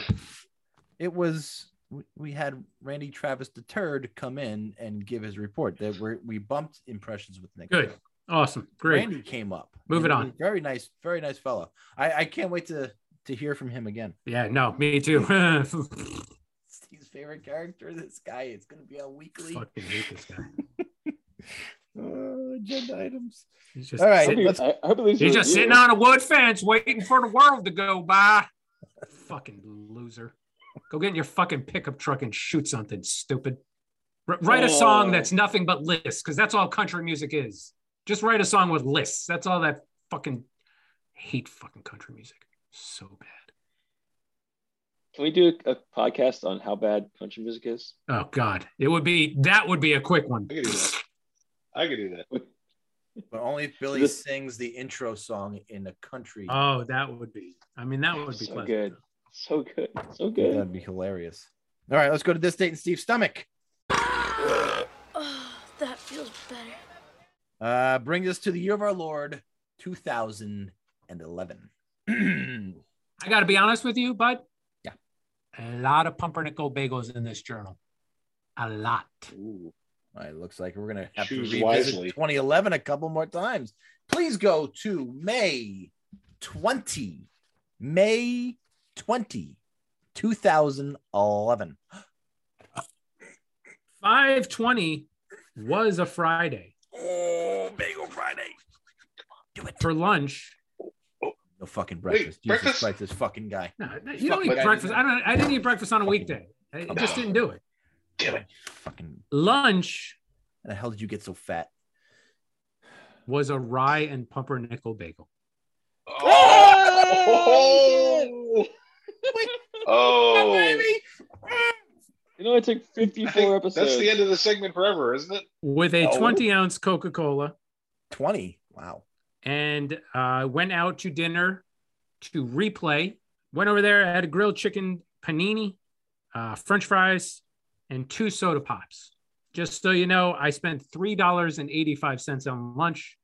S6: It was we- we had Randy Travis the Turd come in and give his report that we we bumped impressions with Nick.
S5: Good. Awesome. Great.
S6: Randy came up.
S5: Move it
S6: And he
S5: on.
S6: was Very nice, very nice fellow. I, I can't wait to to hear from him again.
S5: Yeah. No, me too. fucking
S6: Steve's favorite character. This guy. It's gonna be on weekly
S5: hate this guy.
S6: uh, agenda items.
S5: He's just
S6: All right,
S7: I hope
S5: sitting-
S7: he- I, I hope he leaves a
S5: he's just
S7: review.
S5: sitting on a wood fence, waiting for the world to go by. fucking loser. Go get in your fucking pickup truck and shoot something stupid. R- write a song
S7: Oh.
S5: that's nothing but lists, because that's all country music is. Just write a song with lists. That's all that fucking hate fucking country music. So bad.
S7: Can we do a, a podcast on how bad country music is?
S5: Oh god. It would be that would be a quick one.
S3: I could do that. I could do that.
S6: But only if Billy
S7: This-
S6: sings the intro song in a country.
S5: Oh, that would be. I mean, that would be
S7: so
S5: pleasant.
S7: good, so good, so good.
S6: That'd be hilarious. All right, let's go to this date in Steve's stomach.
S1: Oh, that feels better.
S6: Uh, brings us to the year of our Lord, 2011.
S5: I got to be honest with you, bud.
S6: Yeah.
S5: A lot of pumpernickel bagels in this journal. A lot.
S3: Ooh.
S6: All right, looks like we're gonna have
S3: Choose
S6: to revisit
S3: wisely.
S6: 2011 a couple more times. Please go to May 20, May 20, 2011.
S5: 520 was a Friday.
S6: Oh, Bagel Friday!
S5: For lunch,
S6: No fucking breakfast. Jesus
S3: breakfast?
S6: Christ, this fucking guy.
S5: no, you
S6: Fuck,
S5: don't eat
S6: but I
S5: breakfast.
S6: didn't-
S5: I don't. I didn't eat breakfast on a weekday. I
S6: Come
S5: just
S6: on.
S5: didn't do it.
S3: Damn it.
S6: Fucking,
S5: Lunch
S6: how the hell did you get so fat?
S5: was a rye and pumpernickel bagel.
S3: Oh. Oh.
S7: You know, it took
S3: I
S7: fifty-four
S3: think
S7: episodes.
S3: that's the end of the segment forever, isn't it?
S5: With a
S3: Oh.
S5: 20 ounce Coca Cola,
S6: 20. Wow.
S5: and uh, went out to dinner to replay. Went over there, had a grilled chicken panini, uh, French fries, and two soda pops. Just so you know, I spent three dollars and eighty-five cents on lunch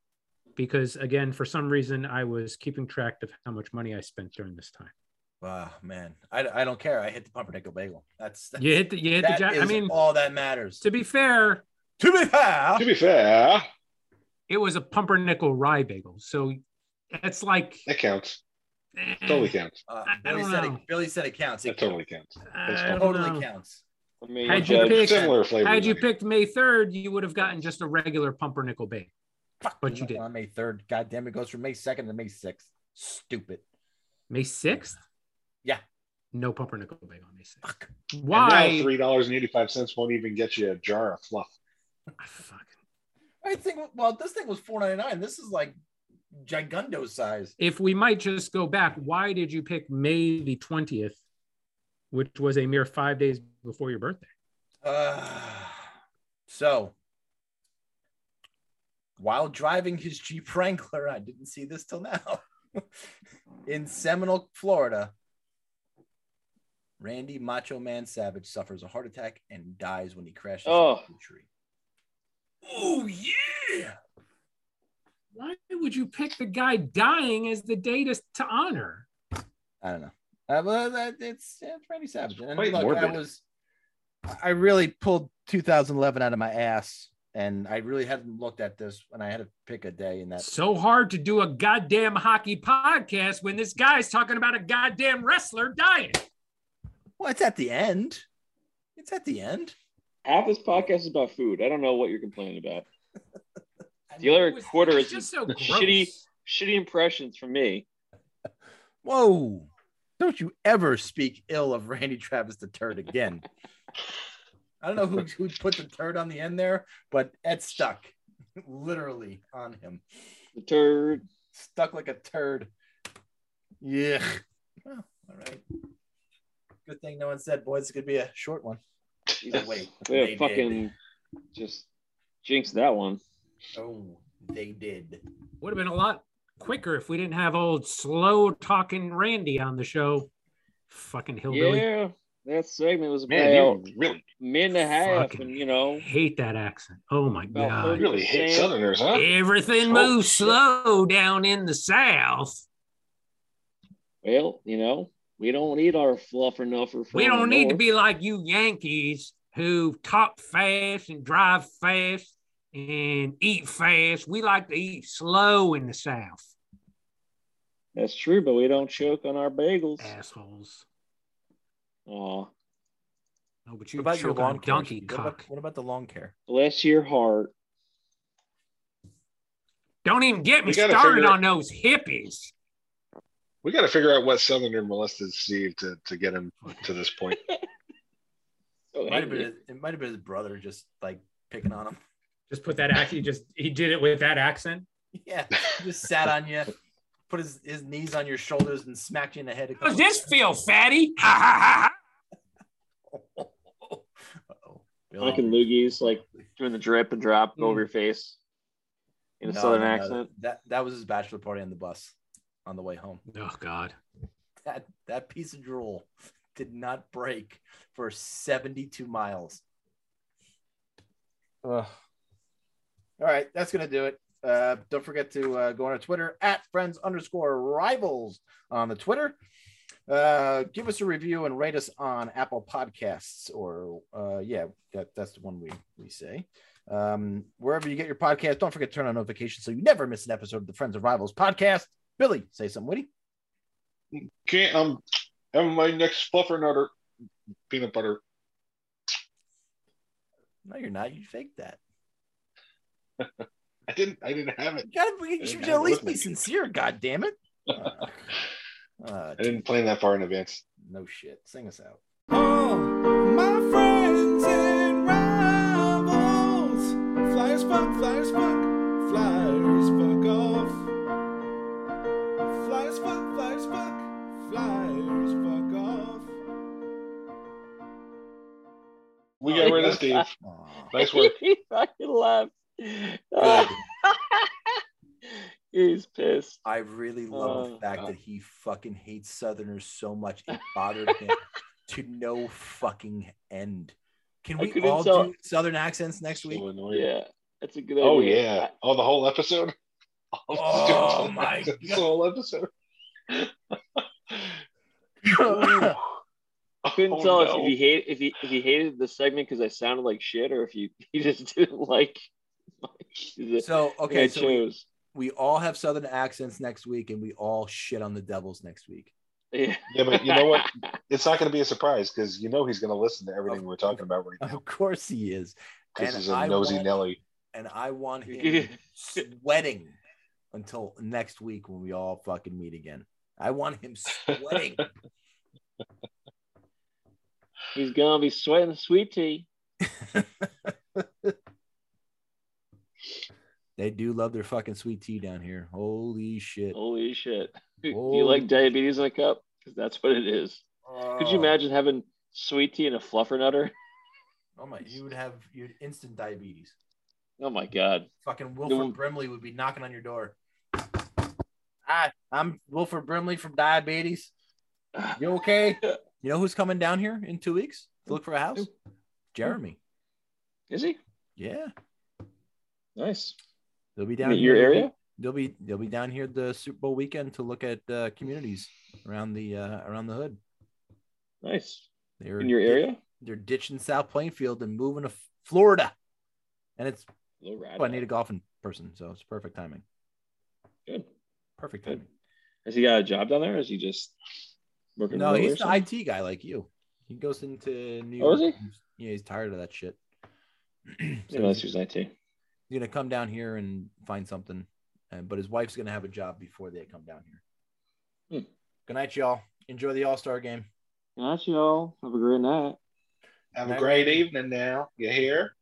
S5: because, again, for some reason, I was keeping track of how much money I spent during this time.
S6: Wow, man. I, I don't care. I hit the pumpernickel bagel. That's, that's
S5: You hit the, you hit the
S6: that
S5: jack. I
S6: is
S5: mean,
S6: all that matters.
S5: to be fair,
S6: To be fair,
S3: To be fair,
S5: it was a pumpernickel rye bagel, so that's like
S3: that counts.
S5: eh,
S3: Totally counts.
S6: uh,
S5: I- I
S6: Billy
S5: don't
S6: said
S5: know.
S6: it. Billy said it counts.
S3: That
S6: It
S3: totally counts.
S5: I don't know.
S6: totally counts.
S7: I mean,
S5: How'd you
S7: Judge,
S5: pick?
S3: Similar flavor.
S5: Had you picked May 3rd, you would have gotten just a regular pumpernickel bagel.
S6: Fuck,
S5: But
S6: we
S5: you
S6: went
S5: did.
S6: on May third. God damn, it goes from May second to May sixth. Stupid.
S5: May 6th?
S6: Yeah.
S5: No pumpernickel bagel on May 6th.
S6: Fuck.
S5: Why?
S3: three dollars and eighty-five cents won't even get you a jar of fluff.
S5: I fucking-
S6: I think. Well, this thing was four ninety nine. This is like gigundo size.
S5: If we might just go back, why did you pick May the 20th, which was a mere five days before your birthday?
S6: Uh, so, while driving his Jeep Wrangler, I didn't see this till now, in Seminole, Florida, Randy Macho Man Savage suffers a heart attack and dies when he crashes
S7: Oh.
S6: into a tree. Oh, yeah.
S5: Why would you pick the guy dying as the day to, to honor?
S6: I don't know. Uh, well, that, it's, yeah, it's Randy Savage. And
S3: quite
S6: look, I
S3: morbid.
S6: was, I really pulled 2011 out of my ass, and I really hadn't looked at this when I had to pick a day in that.
S5: So hard to do a goddamn hockey podcast when this guy's talking about a goddamn wrestler dying.
S6: Well, it's at the end. It's at the end.
S7: half this podcast is about food. I don't know what you're complaining about.
S5: I
S7: The
S5: mean,
S7: other
S5: it was-
S7: quarter
S5: it's
S7: is
S5: just so
S7: shitty-
S5: gross.
S7: Shitty impressions from me.
S6: Whoa. Don't you ever speak ill of Randy Travis the turd again. I don't know who, who put the turd on the end there, but it stuck literally on him.
S7: The turd.
S6: Stuck like a turd. Yeah. Well, all right. Good thing no one said, boys, it's going to be a short one. Either way,
S7: Yeah,
S6: they
S7: fucking just jinxed that one.
S6: did. Oh, they did.
S5: Would have been a lot quicker if we didn't have old slow talking Randy on the show. Fucking hillbilly.
S7: Yeah, that segment was about
S5: Man, you
S3: really
S7: minute and a half,
S5: Fucking
S7: and you know,
S5: Hate that accent. Oh my
S7: About
S5: god.
S7: 30%. Really hate Southerners, huh?
S5: Everything
S7: Oh,
S5: moves
S7: shit.
S5: slow down in the South.
S7: well, you know, we don't need our fluffer nuffer.
S5: We
S7: from
S5: don't
S7: the
S5: need to
S7: north.
S5: be like you Yankees who talk fast and drive fast and eat fast. We like to eat slow in the South.
S7: That's true, but we don't choke on our bagels.
S5: Assholes.
S7: Aw,
S5: No, but
S6: What
S5: you
S6: about your
S5: choke on
S6: lawn care?
S5: donkey
S6: What about-
S5: cock.
S6: what about the lawn care?
S7: bless your heart.
S5: Don't even get me
S3: We gotta
S5: started
S3: figure-
S5: on those hippies.
S3: We got to figure out what Southerner molested Steve to, to get him to this point.
S7: So
S3: Oh,
S6: It might have
S7: angry.
S6: been, it might have been his brother just like picking on him.
S5: Just put that act. He just he did it with that accent.
S6: Yeah, he just sat on you, put his, his knees on your shoulders, and smacked you in the head. A
S5: How does
S6: couple
S5: this feel, fatty? Ha ha ha!
S6: Really?
S7: Fucking loogies, like doing the drip and drop
S3: Hmm.
S7: over your face in a
S6: No,
S7: southern
S6: no, no,
S7: accent.
S6: That that was his bachelor party on the bus on the way home.
S5: ha. Oh God.
S6: That that piece of drool did not break for 72 miles. All right, that's gonna do it. Uh, don't forget to uh, go on our Twitter at friends underscore rivals on the Twitter. Uh, give us a review and rate us on Apple Podcasts or uh, yeah, that, that's the one we we say. Um, wherever you get your podcast, don't forget to turn on notifications so you never miss an episode of the Friends of Rivals podcast. Billy, say something witty.
S3: Can't um have my next fluffer nutter peanut butter.
S6: No, you're not. You faked that.
S3: I didn't I didn't have it.
S6: You gotta you should at least be sincere. God damn it. Uh, uh,
S3: I didn't plan that far in advance.
S6: no shit. Sing us out.
S11: All my friends and rivals. Fly as fuck, fly as fuck, fly as fuck off. Fly as fuck, fly as fuck, fly as fuck off.
S3: We
S5: Oh,
S3: got rid of Steve. Nice work.
S7: he fucking left. Ah, He's pissed.
S6: I really love the
S7: Oh,
S6: fact
S7: God.
S6: that he fucking hates Southerners so much it bothered him to no fucking end. Can
S7: I
S6: we
S7: couldn't
S6: all
S7: tell-
S6: do Southern accents next week?
S3: So annoying.
S7: Yeah, that's a good idea.
S3: Oh yeah. Oh, the whole episode.
S6: Oh my
S3: The whole episode.
S6: god!
S7: I couldn't
S3: Oh,
S7: tell
S3: no.
S7: if he hate if he if he hated the segment because I sounded like shit or if he, he just didn't like. the-
S6: so
S7: the
S6: okay,
S7: I
S6: so we,
S7: chose.
S6: we all have Southern accents next week, and we all shit on the Devils next week.
S7: Yeah.
S3: Yeah, but you know what? It's not going to be a surprise because you know he's going to listen to everything we're talking about right now
S6: Of course he is,
S3: because
S6: And
S3: he's a
S6: I
S3: nosy
S6: want-
S3: Nelly.
S6: and I want him sweating until next week when we all fucking meet again. I want him sweating.
S7: He's gonna be sweating sweet tea.
S6: They do love their fucking sweet tea down here. Holy shit.
S7: Holy shit! Do
S6: Holy-
S7: you like diabetes in a cup? Because that's what it is. Could you imagine having sweet tea and a fluffer nutter?
S6: Oh my, you would have you would instant diabetes.
S7: Oh my god!
S6: Fucking Wilford
S7: No.
S6: Brimley would be knocking on your door. Hi, I'm Wilford Brimley from diabetes. You okay? You know who's coming down here in two weeks to look for a house? Jeremy.
S7: Is he
S6: Yeah.
S7: nice?
S6: They'll be down
S7: In your
S6: here.
S7: area?
S6: They'll be they'll be down here the Super Bowl weekend to look at uh, communities around the uh, around the hood.
S7: Nice
S6: They're
S7: in your area.
S6: They're ditching South Plainfield and moving to F- Florida, and it's
S7: Low ride.
S6: oh, I need a golfing person, so it's perfect timing.
S7: Good.
S6: Perfect
S7: Good.
S6: timing.
S7: Has he got a job down there? Or is he just working?
S6: No,
S7: remotely
S6: he's
S7: or
S6: an IT guy like you. He goes into New
S7: Oh,
S6: York.
S7: is
S6: Yeah, he's tired of that shit.
S7: something?
S6: so
S7: Yeah, that's
S6: he's,
S7: who's IT.
S6: he's gonna come down here and find something, and, but his wife's gonna have a job before they come down here.
S7: Hmm.
S6: Good night, y'all. Enjoy the All Star game.
S7: Got you all. Have a great night.
S3: Have a great evening now. You hear?